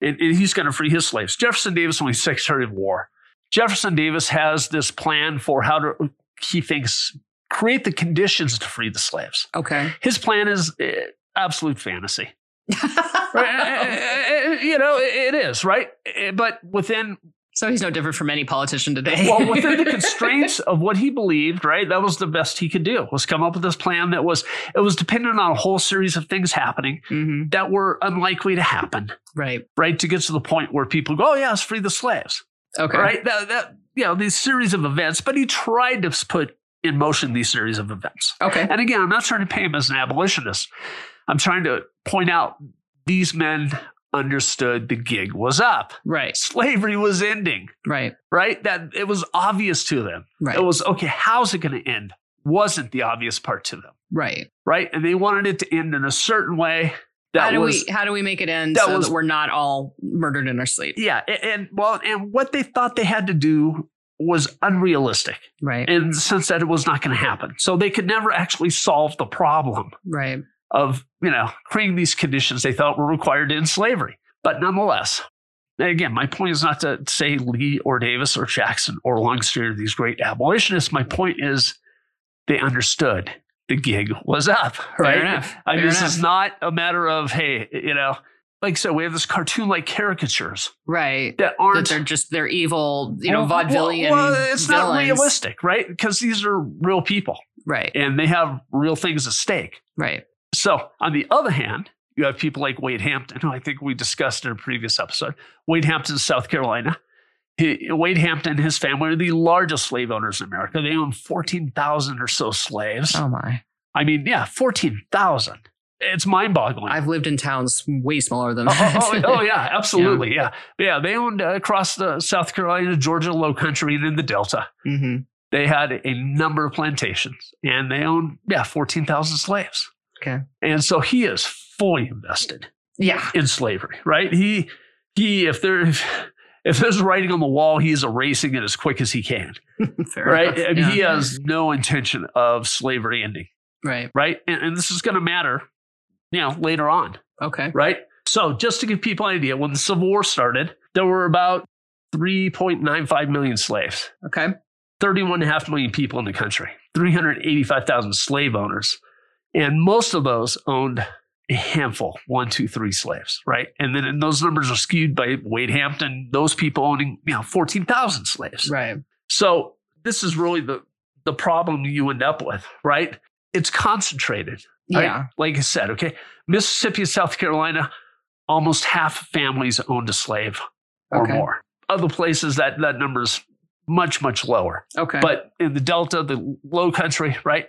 And, and he's going to free his slaves. Jefferson Davis, when he's Secretary of War, Jefferson Davis has this plan for how to, he thinks, create the conditions to free the slaves.
Okay.
His plan is eh, absolute fantasy. Right? Eh, eh, eh, eh, you know, it it is, right? Eh, But within
So he's no different from any politician today.
well, within the constraints of what he believed, right? That was the best he could do. Was come up with this plan that was it was dependent on a whole series of things happening
hmm
that were unlikely to happen,
Right.
right? To get to the point where people go, "Oh yeah, let's free the slaves,"
Okay.
right? That that you know these series of events, but he tried to put in motion these series of events.
Okay.
And again, I'm not trying to paint him as an abolitionist. I'm trying to point out these men understood the gig was up.
Right.
Slavery was ending,
Right.
right? That it was obvious to them.
Right.
It was okay, how's it going to end? Wasn't the obvious part to them,
right.
right? And they wanted it to end in a certain way
how
that
do
was
we how do we make it end
that
so
was-
that we're not all murdered in our sleep?
yeah, a- and well, and what they thought they had to do was unrealistic
Right.
in the sense that it was not going to happen. So they could never actually solve the problem.
right.
of you know creating these conditions they thought were required in slavery. But nonetheless, and again, my point is not to say Lee or Davis or Jackson or Longstreet are these great abolitionists. My point is they understood the gig was up, right?
Fair enough.
I mean,
Fair
this
enough.
is not a matter of hey, you know, like so we have this cartoon-like caricatures
right.
that
That
aren't
they're just they're evil, you know,
Oh, Well,
vaudevillian.
Well, it's not
villains.
realistic, right? Because these are real people
Right.
and they have real things at stake.
Right.
So, on the other hand, you have people like Wade Hampton, who I think we discussed in a previous episode. Wade Hampton, South Carolina. He, Wade Hampton and his family are the largest slave owners in America. They own 14,000 or so slaves.
Oh my.
I mean, yeah, 14,000. It's mind boggling.
I've lived in towns way smaller than
Oh,
that.
oh, oh, yeah, absolutely. Yeah. Yeah. They owned uh, across the South Carolina, Georgia, low country, and in the Delta.
hmm
They had a number of plantations and they owned, yeah, 14,000 slaves.
Okay.
And so he is fully invested
Yeah.
in slavery, right? He he if there if, if there's writing on the wall, he is erasing it as quick as he can,
Fair
right?
enough.
I mean,
Yeah.
he uh, has no intention of slavery ending,
Right.
right? And, and this is going to matter, you know, later on,
Okay.
right? So just to give people an idea, when the Civil War started, there were about 3.95 million slaves,
Okay.
31.5 million people in the country, 385,000 slave owners, and most of those owned a handful, one, two, three slaves, right? And then and those numbers are skewed by Wade Hampton, those people owning, you know, 14,000 slaves.
Right.
So this is really the, the problem you end up with, right? It's concentrated. right?
Yeah.
Like I said, okay. Mississippi and South Carolina, almost half families owned a slave or
Okay.
more. Other places that that number's much, much lower
Okay.
but in the delta the low country right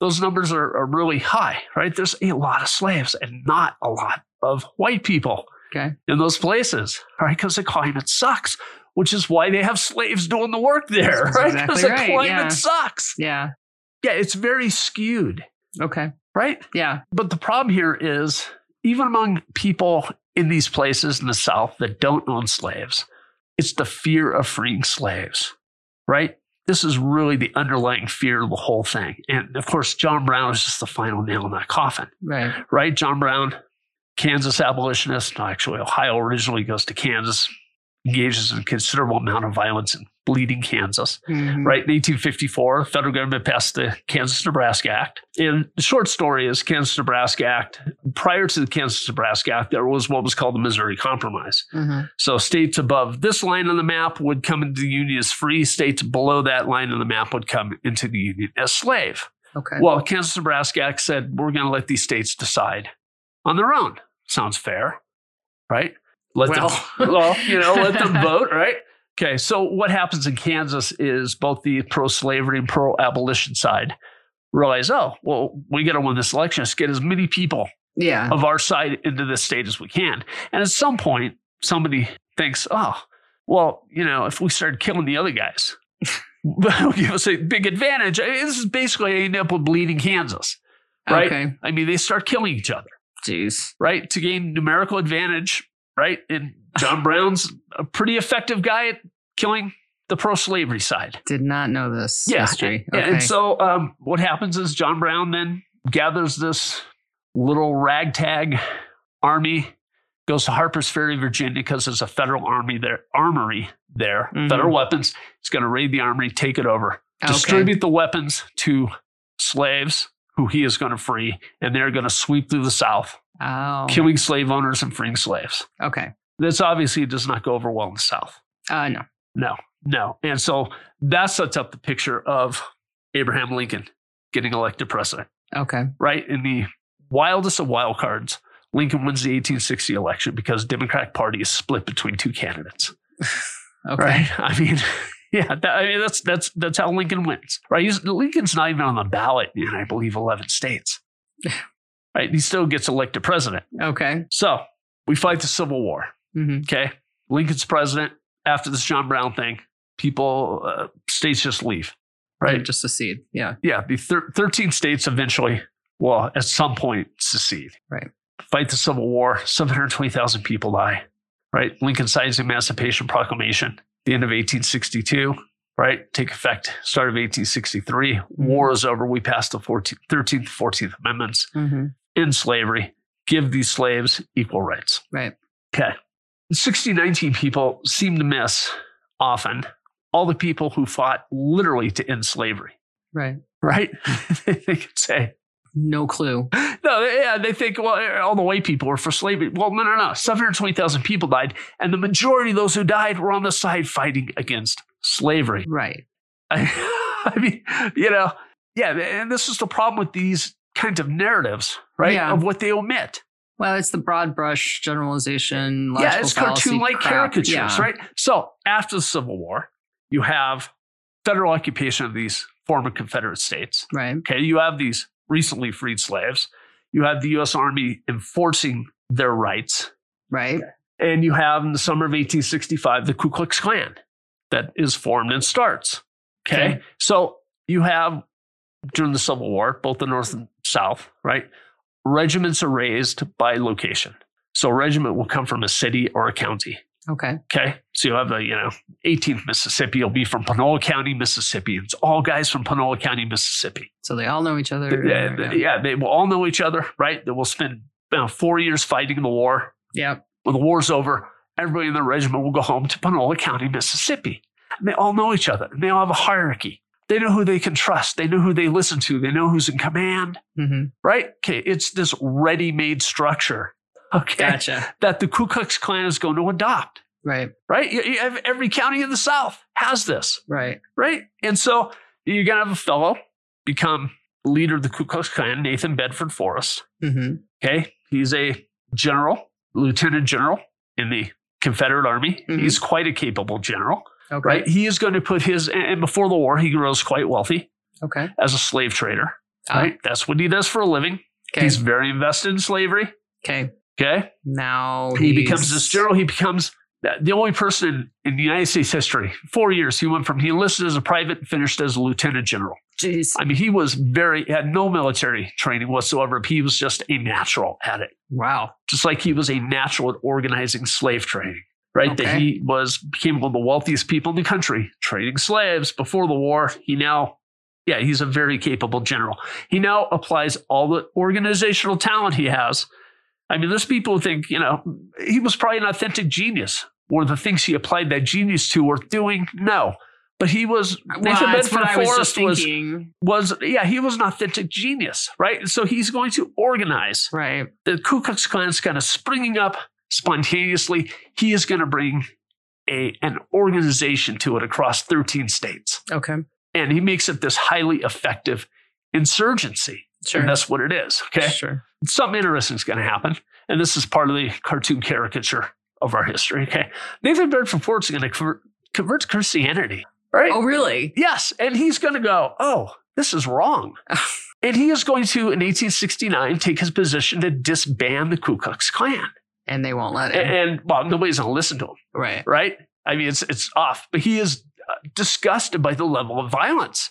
those numbers are, are really high right there's a lot of slaves and not a lot of white people
Okay.
in those places right because the climate sucks which is why they have slaves doing the work there
That's
right
exactly
the
right,
climate
yeah.
sucks
yeah.
yeah it's very skewed
Okay.
right
Yeah.
but the problem here is even among people in these places in the South that don't own slaves, it's the fear of freeing slaves, right? This is really the underlying fear of the whole thing. And of course, John Brown is just the final nail in that coffin,
Right.
right? John Brown, Kansas abolitionist, no, actually, Ohio originally goes to Kansas, engages in a considerable amount of violence in bleeding Kansas
Mhm.
right? In 1854, federal government passed the Kansas-Nebraska Act. And the short story is Kansas-Nebraska Act. Prior to the Kansas-Nebraska Act, there was what was called the Missouri Compromise.
Mhm.
So states above this line on the map would come into the Union as free. States below that line on the map would come into the Union as slave.
Okay.
Well, Kansas-Nebraska Act said we're going to let these states decide on their own. Sounds fair, right? Let them,
Well.
well, you know, let them vote, right? Okay, so what happens in Kansas is both the pro-slavery and pro-abolition side realize, oh, well, we got to win this election. Let's get as many people
yeah.
of our side into this state as we can. And at some point, somebody thinks, oh, well, you know, if we started killing the other guys, that'll give us a big advantage. I mean, this is basically I end up with bleeding Kansas. uh, right.
Okay.
I mean, they start killing each other
Jeez.
right? To gain numerical advantage, right? And John Brown's a pretty effective guy at killing the pro slavery side.
Did not know this
Yeah.
history.
Yeah,
Okay.
And so um, what happens is John Brown then gathers this little ragtag army, goes to Harper's Ferry, Virginia, because there's a federal army there, armory there,
Mhm.
federal weapons. He's going to raid the armory, take it over,
Okay.
distribute the weapons to slaves who he is going to free, and they're going to sweep through the South,
Oh.
killing slave owners and freeing slaves.
okay.
This obviously does not go over well in the South.
Uh, no.
No, no. And so that sets up the picture of Abraham Lincoln getting elected president,
Okay.
right? In the wildest of wild cards, Lincoln wins the 1860 election because Democratic Party is split between two candidates.
Okay.
Right. I mean, yeah. That, I mean, that's that's that's how Lincoln wins. Right. He's, Lincoln's not even on the ballot in I believe eleven states. right. He still gets elected president.
Okay.
So we fight the Civil War.
hmm
Okay. Lincoln's president. After this John Brown thing, people uh, states just leave. Right.
Just secede. Yeah.
Yeah. The thir- thirteen states eventually will at some point secede.
Right.
Fight the Civil War. Seven hundred twenty thousand people die. Right. Lincoln signs the Emancipation Proclamation. The end of eighteen sixty two. Right. Take effect. Start of eighteen sixty three. War is over. We passed the 14th, 13th, 14th Amendments.
Mm-hmm.
End slavery. Give these slaves equal rights.
Right.
Okay. 6019 people seem to miss often all the people who fought literally to end slavery,
Right.
right? they could say,
No clue.
no, they- yeah, they think, well, all the white people were for slavery. Well, no, no, no. 720,000 people died, and the majority of those who died were on the side fighting against slavery.
Right.
I, I mean, you know, yeah, and this is the problem with these kinds of narratives, right?
Yeah.
Of what they omit.
Well, it's the broad brush generalization.
yeah,
logical
it's
fallacy
cartoon like
crap.
caricatures,
Yeah.
right? So after the Civil War, you have federal occupation of these former Confederate states.
Right.
Okay, you have these recently freed slaves. You have the U.S. Army enforcing their rights,
Right.
and you have in the summer of 1865 the Ku Klux Klan that is formed and starts. Okay,
Okay.
so you have during the Civil War, both the North and South, right? Regiments are raised by location. So a regiment will come from a city or a county.
Okay.
Okay. So you have the, you know, 18th Mississippi will be from Panola County, Mississippi. It's all guys from Panola County, Mississippi.
So they all know each other.
Th- yeah,
Yeah.
th- yeah, they will all know each other, right? They will spend you know, four years fighting the war.
Yep.
When the war's over, everybody in the regiment will go home to Panola County, Mississippi. And they all know each other. And they all have a hierarchy. They know who they can trust. They know who they listen to. They know who's in command,
hmm
right? Okay. It's this ready made structure, okay,
Gotcha.
that the Ku Klux Klan is going to adopt
Right.
right? You, you have every county in the South has this,
Right.
right? And so you're gonna have a fellow become leader of the Ku Klux Klan, Nathan Bedford Forrest.
hmm
Okay, he's a general, lieutenant general in the Confederate Army.
Mhm.
He's quite a capable general,
Okay.
right? He is going to put his and and before the war, he grows quite wealthy
Okay.
as a slave trader.
Ah,
Right, that's what he does for a living.
Uh, Okay.
He's very invested in slavery.
okay.
Okay,
Now
he becomes
he's-
this general. He becomes the the only person in, in the United States history. Four years he went from he enlisted as a private and finished as a lieutenant general.
Jeez.
I mean, he was very had no military training whatsoever. He was just a natural at it,
Wow.
just like he was a natural at organizing slave trading. Right, that
Okay.
he was became one of the wealthiest people in the country trading slaves before the war. He now, yeah, he's a very capable general. He now applies all the organizational talent he has I mean, there's people who think, you know, he was probably an authentic genius. Were the things he applied that genius to worth doing? No. But he was
Well,
Nathan
that's what I
Bedford
was just
Forrest was,
thinking.
was yeah, he was an authentic genius, right? And so he's going to organize.
Right.
The Ku Klux Klan's kind of springing up spontaneously. He is going to bring a an organization to it across 13 states.
Okay.
And he makes it this highly effective insurgency.
Sure.
And that's what it is. Okay
Sure.
something interesting is going to happen. And this is part of the cartoon caricature of our history. Okay. Nathan Bedford Ford's going to convert, convert to Christianity. Right.
Oh, really?
Yes. And he's going to go, oh, this is wrong. and he is going to, in 1869, take his position to disband the Ku Klux Klan.
And they won't let
A-
it.
And, well, nobody's going to listen to him.
right.
Right. I mean, it's, it's off, but he is uh, disgusted by the level of violence.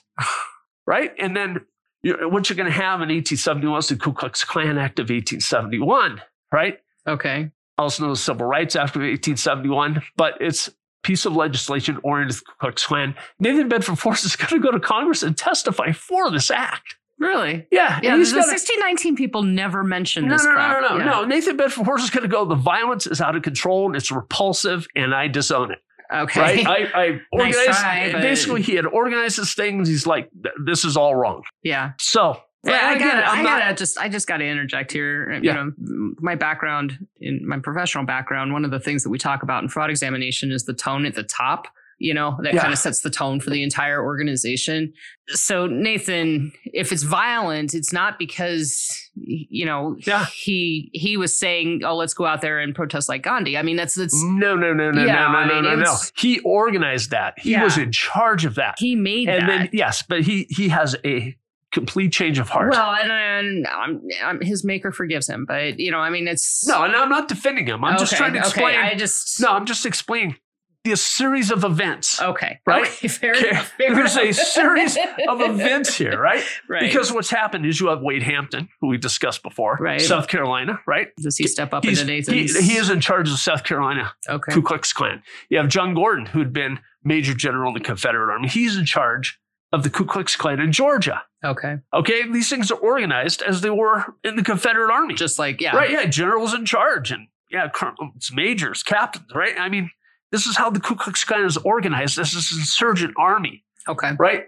right. And then you what you're going to have in 1871 is the Ku Klux Klan Act of 1871. Right
Okay.
also known as Civil Rights Act of 1871, but it's a piece of legislation oriented to the Ku Klux Klan. Nathan Bedford Forrest is going to go to Congress and testify for this act.
Really?
Yeah, and
Yeah.
he's
the
gonna-
1619 people never mentioned
no,
this
no, no,
crap.
no, no,
Yeah.
no. Nathan Bedford Forrest is going to go. The violence is out of control and it's repulsive, and I disown it.
Okay.
Right? I, I
Nice
organized.
try, but-
Basically, he had organized his things. He's like, "Th- this is all wrong.
Yeah.
So,
Yeah,
and
I
again,
gotta,
I'm
I
not-
gotta just, I just gotta interject here. You
Yeah.
know, m- my background in my professional background, one of the things that we talk about in fraud examination is the tone at the top. you know that
Yeah.
kind of sets the tone for the entire organization so nathan if it's violent it's not because you know
Yeah.
he he was saying oh let's go out there and protest like gandhi i mean that's that's
No, no, no, no,
Yeah,
no, no,
I
no,
mean,
no,
it
no.
was-
He organized that. He
Yeah.
was in charge of that.
he made
and
that
then yes, but he he has a complete change of heart.
well and, and I'm, I'm, his maker forgives him but you know i mean it's
no, and I'm not defending him. I'm just
Okay,
trying to explain.
okay i just
no, I'm just explaining this series of events.
okay
Right?
okay fair
Okay.
enough fair
There's a
enough.
series of events here, right?
Oh. right
Because what's happened is you have Wade Hampton, who we discussed before,
Right.
South Carolina, right?
does he step up
He's-
into
he,
nathan's
he is in charge of South Carolina
okay
Ku Klux Klan. You have John Gordon, who had been Major General in the Confederate Army. He's in charge of the Ku Klux Klan in Georgia.
okay
Okay, these things are organized as they were in the Confederate Army.
just like yeah
Right? Yeah, generals in charge, and yeah, colonels, majors, captains. Right? I mean, this is how the Ku Klux Klan is organized. This is an insurgent army.
okay
Right?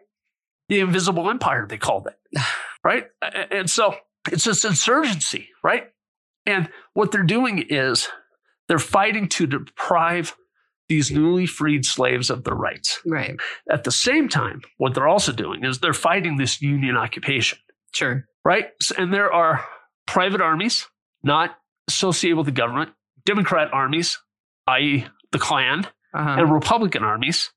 The Invisible Empire, they called it. right? A- And so it's this insurgency. Right? And what they're doing is they're fighting to deprive these newly freed slaves of their rights.
right
At the same time, what they're also doing is they're fighting this union occupation,
sure
right? S- And there are private armies, not associated with the government, Democrat armies, i.e., the Klan,
uh-huh.
and Republican armies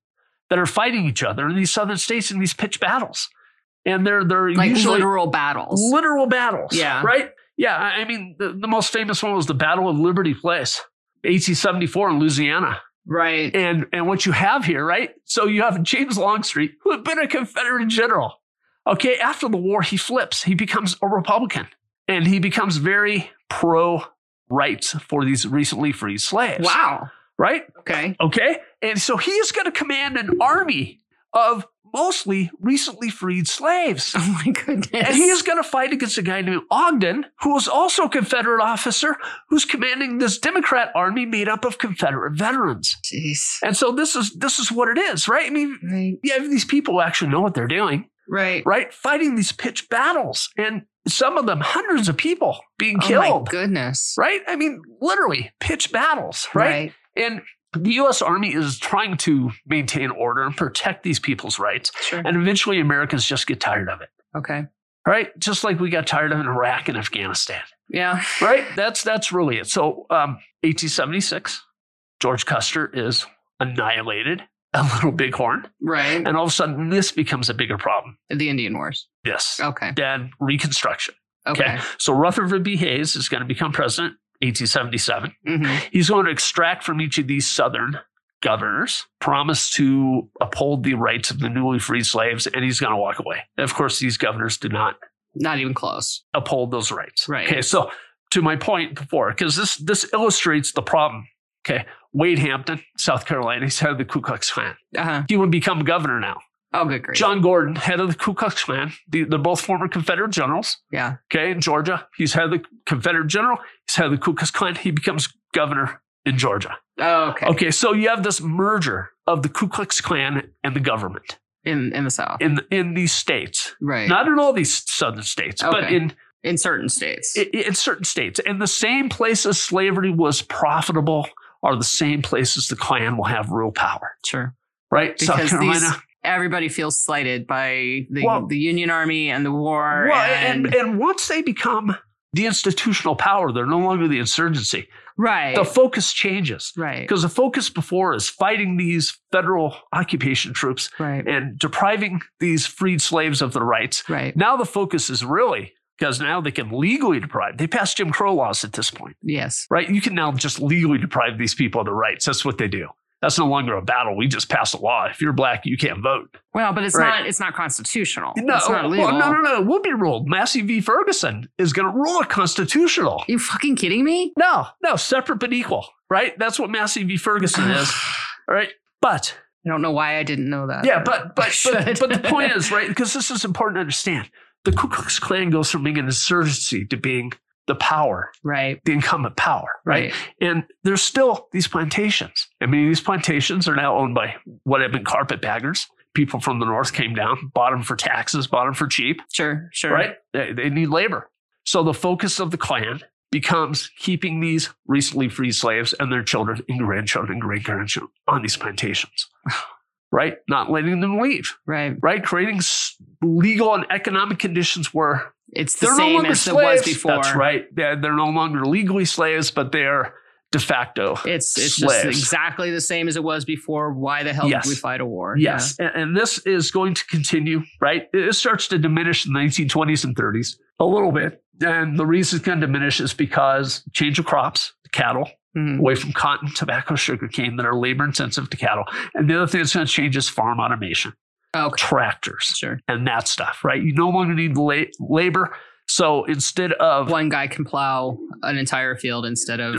that are fighting each other in these southern states in these pitched battles. And they're, they're
like
usually
literal battles.
literal battles.
Yeah.
Right? Yeah. I I mean, the, the most famous one was the Battle of Liberty Place, 1874 in Louisiana.
right.
And and what you have here, right? So you have James Longstreet, who had been a Confederate general. Okay, after the war, he flips. He becomes a Republican, and he becomes very pro rights for these recently freed slaves.
Wow.
Right.
Okay.
Okay. And so he is going to command an army of mostly recently freed slaves.
Oh my goodness.
And he is going to fight against a guy named Ogden, who was also a Confederate officer, who's commanding this Democrat army made up of Confederate veterans.
Jeez.
And so this is this is what it is, right? I mean,
Right.
yeah, these people actually know what they're doing,
Right.
right? Fighting these pitched battles, and some of them, hundreds of people being
Oh
killed,
my goodness.
right? I mean, literally pitched battles, right? And the U.S. Army is trying to maintain order and protect these people's rights,
Sure.
and eventually Americans just get tired of it,
Okay.
right? Just like we got tired of it in Iraq and Afghanistan.
Yeah.
right? That's that's really it. So, um, 1876, George Custer is annihilated a Little Bighorn,
Right.
and all of a sudden this becomes a bigger problem.
The Indian Wars.
Yes,
Okay.
then Reconstruction.
Okay.
so Rutherford B. Hayes is going to become president. 1877.
Mhm.
He's going to extract from each of these Southern governors, promise to uphold the rights of the newly freed slaves, and he's going to walk away. Of course, these governors do not
Not even close.
uphold those rights.
Right.
Okay. So to my point before, because this this illustrates the problem. Okay. Wade Hampton, South Carolina, he's head of the Ku Klux Klan.
Uh huh.
He would become governor now.
Oh, good grief.
John Gordon, head of the Ku Klux Klan. The, they're both former Confederate generals.
Yeah.
Okay. In Georgia, he's head of the Confederate general. He's head of the Ku Klux Klan. He becomes governor in Georgia.
Oh, okay.
Okay. So you have this merger of the Ku Klux Klan and the government
In in the South.
in in these states.
right.
Not in all these southern states, but
Okay.
in
in certain states.
i- i- in certain states. And the same places slavery was profitable are the same places the Klan will have real power,
sure.
right? South
Because these-
Carolina.
Everybody feels slighted by the
Well-
the Union Army and the war.
well,
and,
and, and once they become the institutional power, they're no longer the insurgency.
right.
The focus changes
right.
because the focus before is fighting these federal occupation troops
Right.
and depriving these freed slaves of their rights.
Right.
Now the focus is really because now they can legally deprive. They passed Jim Crow laws at this point.
Yes.
right? You can now just legally deprive these people of their rights. That's what they do. That's no longer a battle. We just pass a law. If you're black, you can't vote.
Well, but it's
Right.
not it's not constitutional.
No,
it's not
well,
legal.
no, no, no. It will be ruled. Massey v. Ferguson is going to rule it constitutional.
You fucking kidding me?
No, no, separate but equal, right? That's what Massey v. Ferguson is, all right? But
I don't know why I didn't know that.
yeah, but but but,
Should.
but the point is, right? Because this is important to understand. The Ku Klux Klan goes from being an insurgency to being the power,
right,
the incumbent power, right?
right,
And there's still these plantations. I mean, these plantations are now owned by what have been carpetbaggers. People from the north came down, bought them for taxes, bought them for cheap,
sure, sure,
right? They, they need labor. So the focus of the Klan becomes keeping these recently freed slaves and their children and grandchildren and great grandchildren on these plantations. right? Not letting them leave,
Right.
right? Creating s- legal and economic conditions where
It's the
they're no
same
longer
as it was
slaves.
before.
That's right. They're, they're no longer legally slaves, but they're de facto.
It's it's just
Slaves.
exactly the same as it was before. Why the hell
Yes.
did we fight a war?
Yes. And, and this is going to continue, right? It it starts to diminish in the 1920s and 30s a little bit. And the reason it's going to diminish is because change of crops, cattle,
Yeah. Mhm.
away from cotton, tobacco, sugarcane that are labor intensive to cattle. And the other thing that's going to change is farm automation,
Okay.
tractors,
Sure.
and that stuff, right? You no longer need la- labor. So instead of
One guy can plow an entire field instead of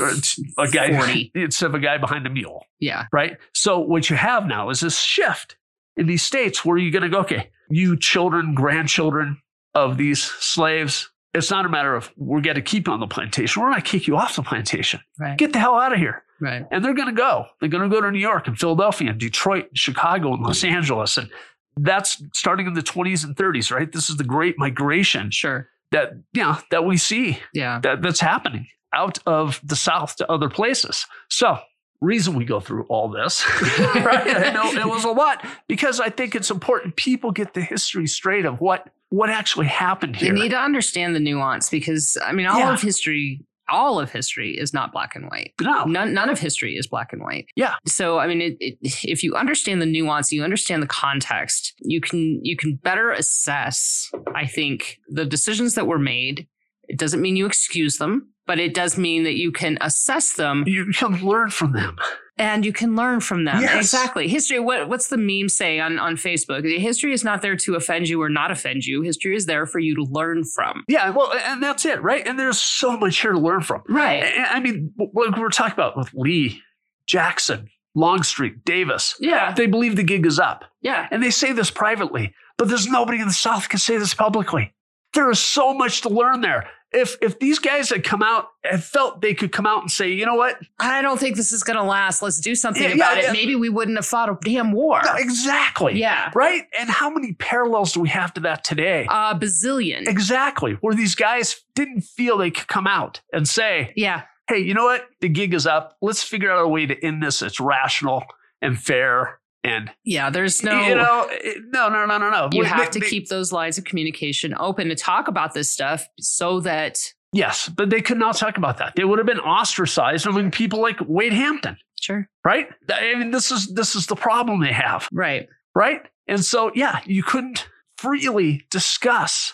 a guy,
40.
instead of a guy behind a mule,
yeah.
right? So what you have now is this shift in these states where you're going to go, okay, you children, grandchildren of these slaves, it's not a matter of we're going to keep you on the plantation. We're going to kick you off the plantation.
Right.
Get the hell out of here.
right.
And they're going to go. They're going to go to New York and Philadelphia and Detroit and Chicago and Los Angeles. And that's starting in the 20s and 30s, right? This is the great migration
Sure.
that, you know, that we see
Yeah.
that, that's happening out of the South to other places. So, reason we go through all this, right? I know it was a lot because I think it's important people get the history straight of what what actually happened
You
here.
need to understand the nuance because I mean all
Yeah.
of history all of history is not black and white.
no,
None, none of history is black and white.
Oh. Yeah.
So I mean, it, it, if you understand the nuance, you understand the context, you can you can better assess. I think the decisions that were made. It doesn't mean you excuse them, but it does mean that you can assess them
you can learn from them.
and you can learn from them.
Yes.
Exactly. History. What, what's the meme say on on Facebook? History is not there to offend you or not offend you. History is there for you to learn from.
Yeah, well, and that's it, right? And there's so much here to learn from.
Right.
I I mean, like we were talking about with Lee, Jackson, Longstreet, Davis.
Yeah.
They believe the gig is up.
Yeah.
And they say this privately, but there's nobody in the South can say this publicly. There is so much to learn there. If if these guys had come out and felt they could come out and say, you know what?
I don't think this is going to last. Let's do something
Yeah, yeah,
about it.
yeah.
Maybe we wouldn't have fought a damn war.
No, exactly.
Yeah.
Right? And how many parallels do we have to that today?
A bazillion.
exactly. Where these guys didn't feel they could come out and say,
Yeah.
hey, you know what? The gig is up. Let's figure out a way to end this. It's rational and fair. And,
Yeah. There's no.
you know, it- no, no, no, no, no.
you
We-
have
they-
to
they-
keep those lines of communication open to talk about this stuff so that
Yes, but they could not talk about that. They would have been ostracized. I mean, people like Wade Hampton,
sure
right? I mean, this is this is the problem they have,
right
right? And so, yeah, you couldn't freely discuss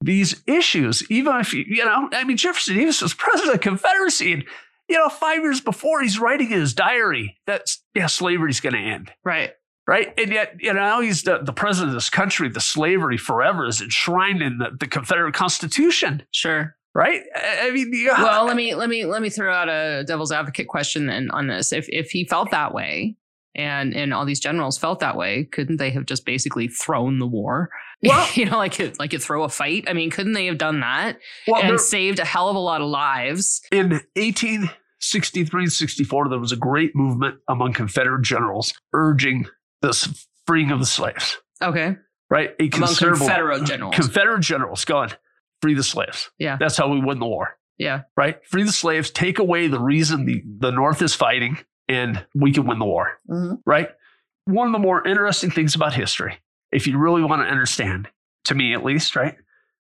these issues, even if you, you know, I mean, Jefferson Davis was president of the Confederacy, and you know, five years before, he's writing in his diary that yeah, slavery's going to end,
right
right? And yet, you know, now he's the, the president of this country. The slavery forever is enshrined in the, the Confederate Constitution,
sure
right? I, I mean, you
well let me let me let me throw out a devil's advocate question then on this if if he felt that way and and all these generals felt that way couldn't they have just basically thrown the war
Well-
you know like it, like you throw a fight i mean couldn't they have done that
Well,
and
there-
saved a hell of a lot of lives
in 1863 and 64, there was a great movement among Confederate generals urging this freeing of the slaves,
okay
right? A
among
considerable-
confederate generals
Confederate generals going, free the slaves.
Yeah.
That's how we win the war,
yeah
right? Free the slaves, take away the reason the, the North is fighting, and we can win the war
Mm-hmm.
right? One of the more interesting things about history, if you really want to understand, to me at least, right?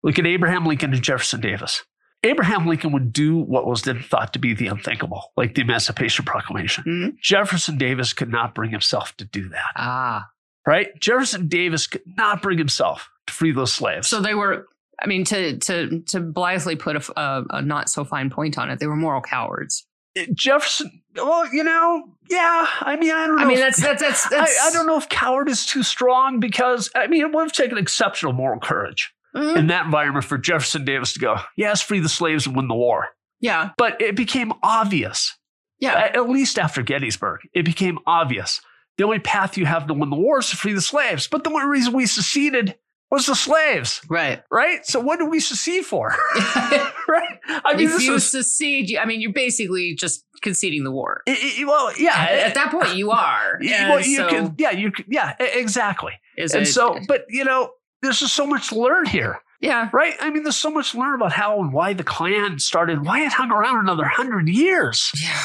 Look at Abraham Lincoln and Jefferson Davis. Abraham Lincoln would do what was then thought to be the unthinkable, like the Emancipation Proclamation.
Mhm.
Jefferson Davis could not bring himself to do that,
ah
right? Jefferson Davis could not bring himself to free those slaves.
so they were i mean to to to blithely put a f- a- a not so fine point on it they were moral cowards
Jefferson, well, you know, yeah. I mean, I don't know.
I mean,
if-
that's that's that's,
I,
that's
I don't know if coward is too strong because, I mean, it would have taken exceptional moral courage.
Mhm.
in that environment for Jefferson Davis to go, yes, free the slaves and win the war.
Yeah,
But it became obvious,
yeah,
at at least after Gettysburg, it became obvious. The only path you have to win the war is to free the slaves. But the only reason we seceded was the slaves,
right.
right? So what did we secede for? right? I mean,
if
this
you
was,
secede, you, I mean, you're basically just conceding the war.
i- i- well, yeah.
at, at that point, you are.
i-
And
well, you
so
can, yeah, you can, yeah, e- exactly.
is
And
it-
so, but you know, there's just so much to learn here.
yeah,
Right? I mean, there's so much to learn about how and why the Klan started, why it hung around another hundred years.
yeah,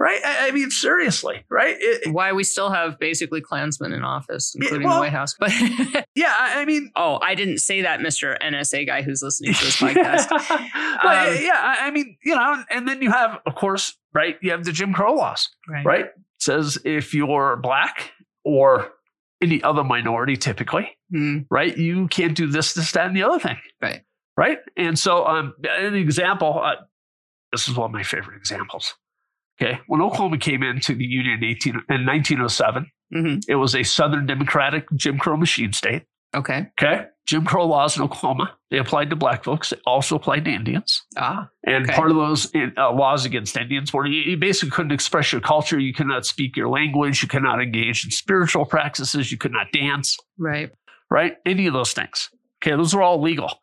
right? I, I mean, seriously, right? It-
Why we still have basically Klansmen in office,
Yeah,
including
well-
the White House. But
yeah, I, I mean,
oh, I didn't say that, Mr. NSA guy who's listening to this
Yeah.
podcast.
But,
Um,
yeah, I, I mean, you know, and, and then you have, of course, right? You have the Jim Crow laws, right? It says if you're black or any other minority, typically,
Hmm.
right? You can't do this, this, that, and the other thing.
Right.
Right. And so, um, an example uh, this is one of my favorite examples. Okay. When Oklahoma came into the Union in, 18, in 1907,
Mhm.
it was a Southern Democratic Jim Crow machine state.
Okay.
Okay. Jim Crow laws in Oklahoma, they applied to black folks, they also applied to Indians.
Ah.
And
Okay.
part of those uh, laws against Indians were you, you basically couldn't express your culture, you could not speak your language, you could not engage in spiritual practices, you could not dance
Right.
right? Any of those things. Okay, those were all legal.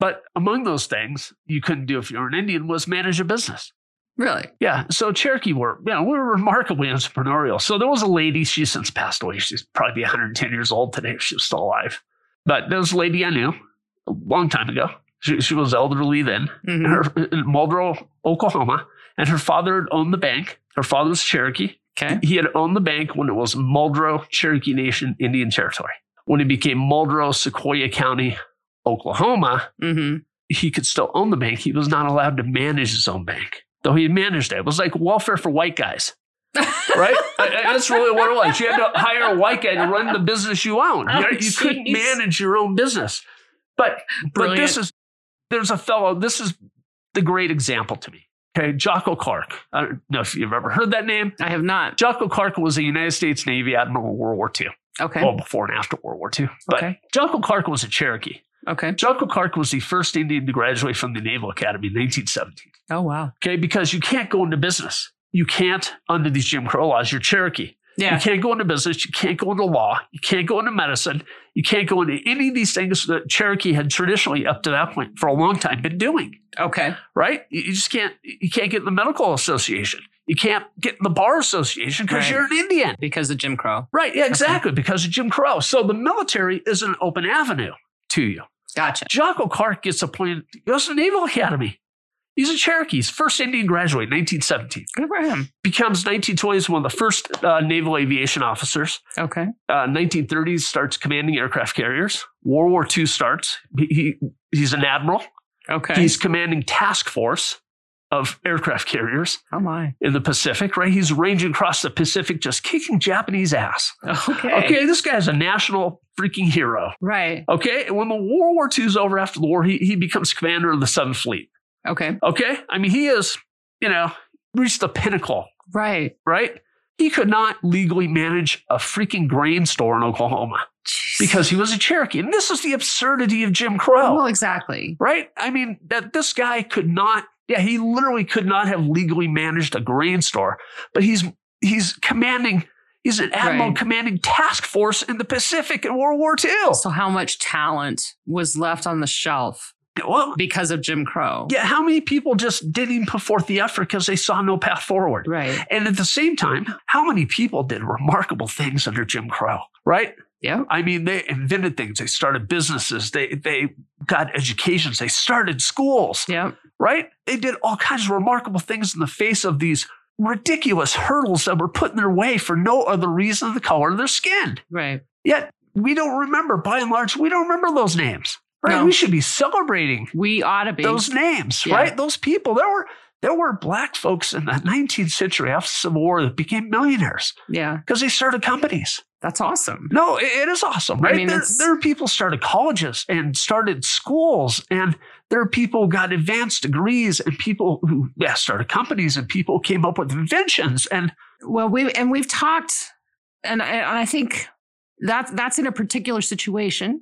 But among those things you couldn't do if you were an Indian was manage a business.
Really.
Yeah. So Cherokee were, you know, we were remarkably entrepreneurial. So there was a lady, she's since passed away. She's probably 110 years old today if she was still alive. But there was a lady I knew a long time ago. She, she was elderly then in,
Mhm.
her, in Muldrow, Oklahoma. And her father had owned the bank. Her father was Cherokee.
Okay.
He had owned the bank when it was Muldrow Cherokee Nation Indian Territory. When it became Muldrow Sequoia County, Oklahoma,
hmm
he could still own the bank. He was not allowed to manage his own bank, though he had managed it. It was like welfare for white guys, right? I- I- That's really what it was. You had to hire a white guy to run the business you own.
Oh,
you you couldn't
jeez.
manage your own business. But but this is there's a fellow. This is the great example to me. Okay, Jocko Clark. I don't know if you've ever heard that name.
I have not.
Jocko Clark was a United States Navy admiral in World War II.
Okay.
Well, before and after World War II. Oh, But
Okay.
Jocko Clark was a Cherokee.
Okay.
Jocko Clark was the first Indian to graduate from the Naval Academy in 1917.
Oh wow.
Okay, because you can't go into business. You can't, under these Jim Crow laws, you're Cherokee. You
Yeah.
can't go into business. You can't go into law. You can't go into medicine. You can't go into any of these things that Cherokee had traditionally, up to that point, for a long time, been doing
Okay.
right? You you just can't you can't get in the medical association. You can't get in the bar association because
Right.
you're an Indian.
Because of Jim Crow.
Right, yeah, exactly, because of Jim Crow. So the military is an open avenue to you.
Gotcha.
Jocko Clark gets appointed, he goes to the Naval Academy. He's a Cherokee, He's first Indian graduate, 1917.
Good for him.
Becomes 1920s one of the first uh, naval aviation officers.
Okay.
Uh, 1930s starts commanding aircraft carriers. World War II starts. He, he, he's an admiral.
Okay.
He's commanding task force of aircraft carriers
oh my.
in the Pacific, right? He's ranging across the Pacific, just kicking Japanese ass.
Okay.
Okay, this guy's a national freaking hero.
Right.
Okay, and when the World War II is over after the war, he, he becomes commander of the Seventh Fleet.
Okay.
Okay, I mean, he is, you know, reached the pinnacle,
Right.
right? He could not legally manage a freaking grain store in Oklahoma
Jeez.
because he was a Cherokee. And this is the absurdity of Jim Crow.
Well, exactly.
right? I mean, that this guy could not, yeah, he literally could not have legally managed a grain store, but he's he's commanding, he's an admiral
Right.
commanding task force in the Pacific in World War II.
So, how much talent was left on the shelf
Well,
because of Jim Crow?
yeah, how many people just didn't even put forth the effort because they saw no path forward?
Right.
And at the same time, how many people did remarkable things under Jim Crow, right?
Yeah.
I mean, they invented things, they started businesses, they they got educations, they started schools.
Yeah.
right? They did all kinds of remarkable things in the face of these ridiculous hurdles that were put in their way for no other reason than the color of their skin.
Right.
Yet we don't remember, by and large, we don't remember those names, right?
No.
We should be celebrating
We ought to be.
those names,
Yeah.
right? Those people. There were there were black folks in the 19th century after the Civil War that became millionaires
yeah.
because they started companies.
That's awesome.
No, it, it is awesome,
I
right?
mean,
there,
it's-
there are people started colleges and started schools, and there are people who got advanced degrees, and people who yeah, started companies, and people who came up with inventions. And
Well, we and we've talked, and I- and I think that that's in a particular situation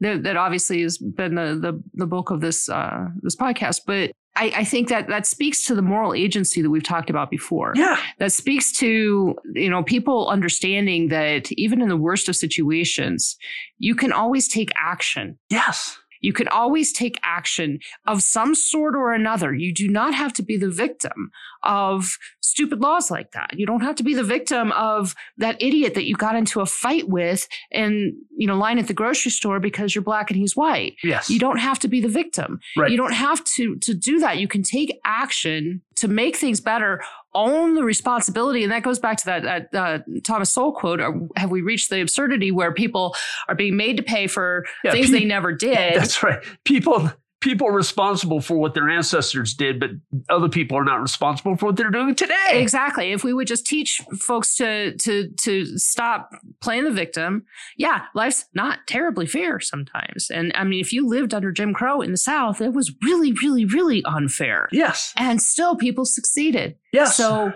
that that obviously has been the the, the bulk of this uh, this podcast. But I, I think that that speaks to the moral agency that we've talked about before.
yeah,
That speaks to you know people understanding that even in the worst of situations, you can always take action.
yes,
You can always take action of some sort or another. You do not have to be the victim of stupid laws like that. You don't have to be the victim of that idiot that you got into a fight with and, you know, lying at the grocery store because you're black and he's white.
yes,
You don't have to be the victim.
Right.
You don't have to to do that. You can take action to make things better own the responsibility. And that goes back to that, that uh, Thomas Sowell quote or Have we reached the absurdity where people are being made to pay for
Yeah,
things
pe-
they never did?
That's right. People people are responsible for what their ancestors did, but other people are not responsible for what they're doing today.
Exactly. If we would just teach folks to to to stop playing the victim, yeah, life's not terribly fair sometimes. And I mean, if you lived under Jim Crow in the South, it was really, really, really unfair.
Yes.
And still, people succeeded.
Yes.
So,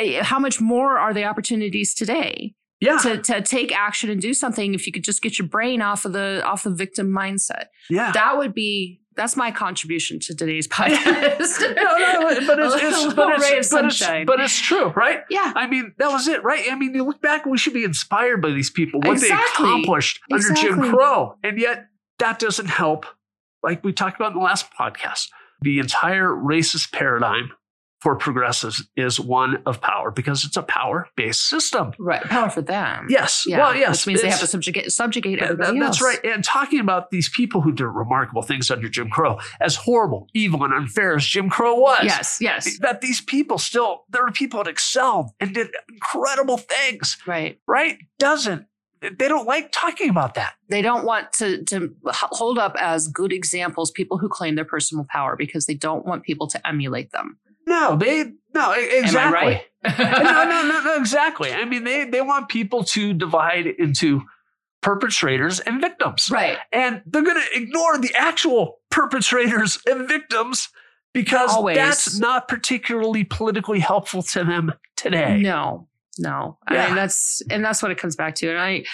eh, how much more are the opportunities today
yeah.
to to take action and do something? If you could just get your brain off of the off the victim mindset,
yeah.
that would be. That's my contribution to today's podcast.
no, no, but it's,
A
it's,
little
but,
ray of
it's, but, it's,
sunshine.
but it's true, right?
yeah,
I mean, that was it, right? I mean, you look back, we should be inspired by these people, what they
Exactly.
accomplished under Jim
Exactly.
Crow. And yet, that doesn't help, like we talked about in the last podcast. The entire racist paradigm for progressives is one of power because it's a power based system.
right. Power for them.
Yes.
Yeah,
Well, yes.
which means they have
it's-
to subjugate subjugate
that-
everybody
that's
else.
right. And talking about these people who did remarkable things under Jim Crow, as horrible, evil, and unfair as Jim Crow was,
Yes, yes,
that these people still there are people that excelled and did incredible things
right.
right doesn't they don't like talking about that
They don't want to to h- hold up as good examples people who claim their personal power because they don't want people to emulate them.
no they no e- exactly
Am I right?
no, no no no exactly i mean they they want people to divide into perpetrators and victims
Right.
and they're going to ignore the actual perpetrators and victims because
Always.
that's not particularly politically helpful to them today
No, no. I
Yeah.
mean that's and that's what it comes back to. And I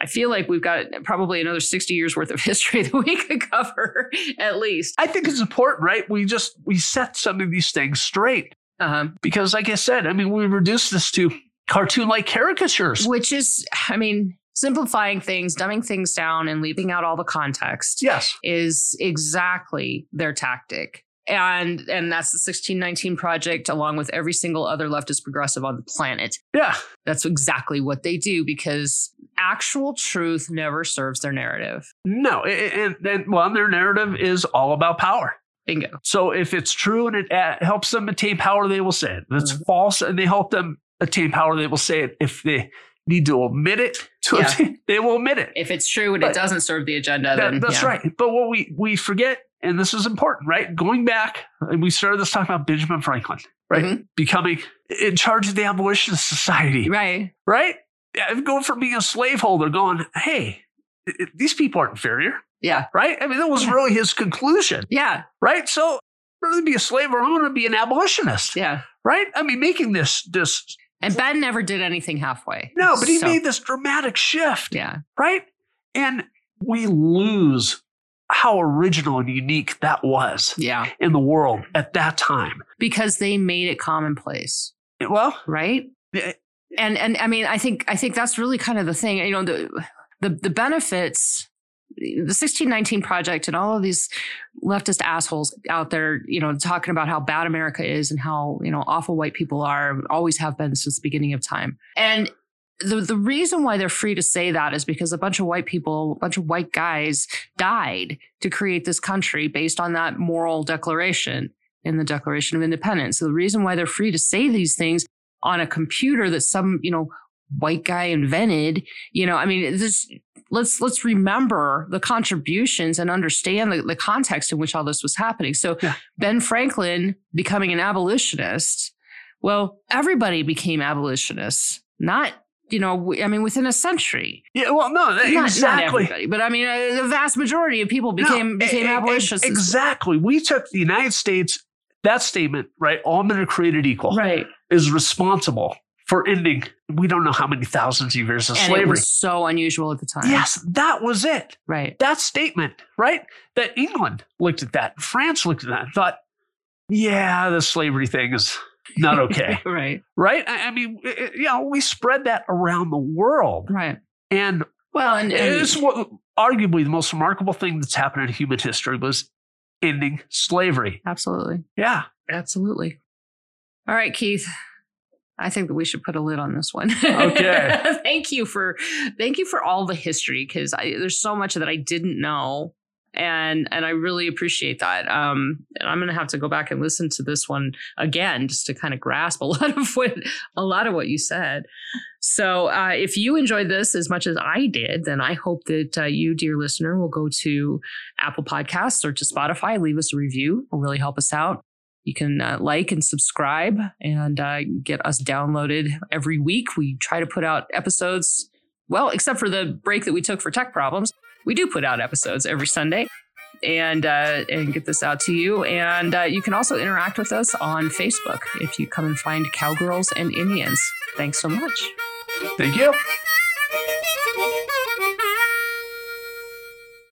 I feel like we've got probably another sixty years worth of history that we could cover at least.
i think it's important right we just we set some of these things straight
Um,
because like i said i mean we reduced this to cartoon like caricatures
which is, I mean, simplifying things, dumbing things down, and leaving out all the context.
yes
is exactly their tactic. And and that's the 1619 project along with every single other leftist progressive on the planet.
yeah
That's exactly what they do because actual truth never serves their narrative.
no a- a- and then well their narrative is all about power
Bingo.
so if it's true and it uh, helps them attain power they will say it if it's
Mm-hmm.
false and they help them attain power they will say it if they need to omit it to
Yeah.
obtain- they will omit it
If it's true and
But-
it doesn't serve the agenda,
That-
then
that's
yeah.
right but what we we forget and this is important right going back and we started this talking about benjamin franklin right
Mhm.
becoming in charge of the abolitionist society
Right.
right? I'm going from being a slaveholder, going, hey, i- i- these people aren't inferior,
Yeah.
right? I mean, that was
Yeah.
really his conclusion,
Yeah.
right? So, rather than be a slave, I'm going to be an abolitionist,
Yeah.
right? I mean, making this this
And Ben never did anything halfway.
no, but he
So,
made this dramatic shift,
Yeah.
right? And we lose how original and unique that was
Yeah.
in the world at that time.
Because they made it commonplace.
Well,
Right?
eh,
and and I mean, I think I think that's really kind of the thing. You know, the the, the benefits, the sixteen nineteen project, and all of these leftist assholes out there, you know, talking about how bad America is and how you know awful white people are, always have been since the beginning of time, and. The, the reason why they're free to say that is because a bunch of white people, a bunch of white guys died to create this country based on that moral declaration in the Declaration of Independence. So the reason why they're free to say these things on a computer that some you know white guy invented you know i mean this let's let's remember the contributions and understand the, the context in which all this was happening so
Yeah.
ben franklin becoming an abolitionist well everybody became abolitionists not you know w- i mean within a century
yeah, well, no,
Not- not,
exactly.
everybody but i mean uh, the vast majority of people
No,
became
e-
became
e-
abolitionists
Exactly. We took the United States, that statement, right? All men are created equal,
right
is responsible for ending, we don't know how many thousands of years of
and it
slavery.
was so unusual at the time
Yes, that was it.
right
That statement, right? That England looked at that, France looked at that, and thought, yeah, the slavery thing is not okay,
right
right? I, I mean, it- it- you know, we spread that around the world.
right
And
well and, and
it's what, arguably the most remarkable thing that's happened in human history was ending slavery.
absolutely
Yeah.
Absolutely. All right, Keith. I think that we should put a lid on this one.
Okay.
thank you for thank you for all the history because there's so much that I didn't know and and I really appreciate that. Um, and I'm gonna have to go back and listen to this one again just to kind of grasp a lot of what a lot of what you said. So uh, if you enjoyed this as much as I did, then I hope that uh, you, dear listener, will go to Apple Podcasts or to Spotify, leave us a review. It'll really help us out. You can uh, like and subscribe and uh, get us downloaded every week. We try to put out episodes, well, except for the break that we took for tech problems we do put out episodes every Sunday and uh, and get this out to you. And uh, you can also interact with us on Facebook if you come and find Cowgirls and Indians. Thanks so much.
Thank you.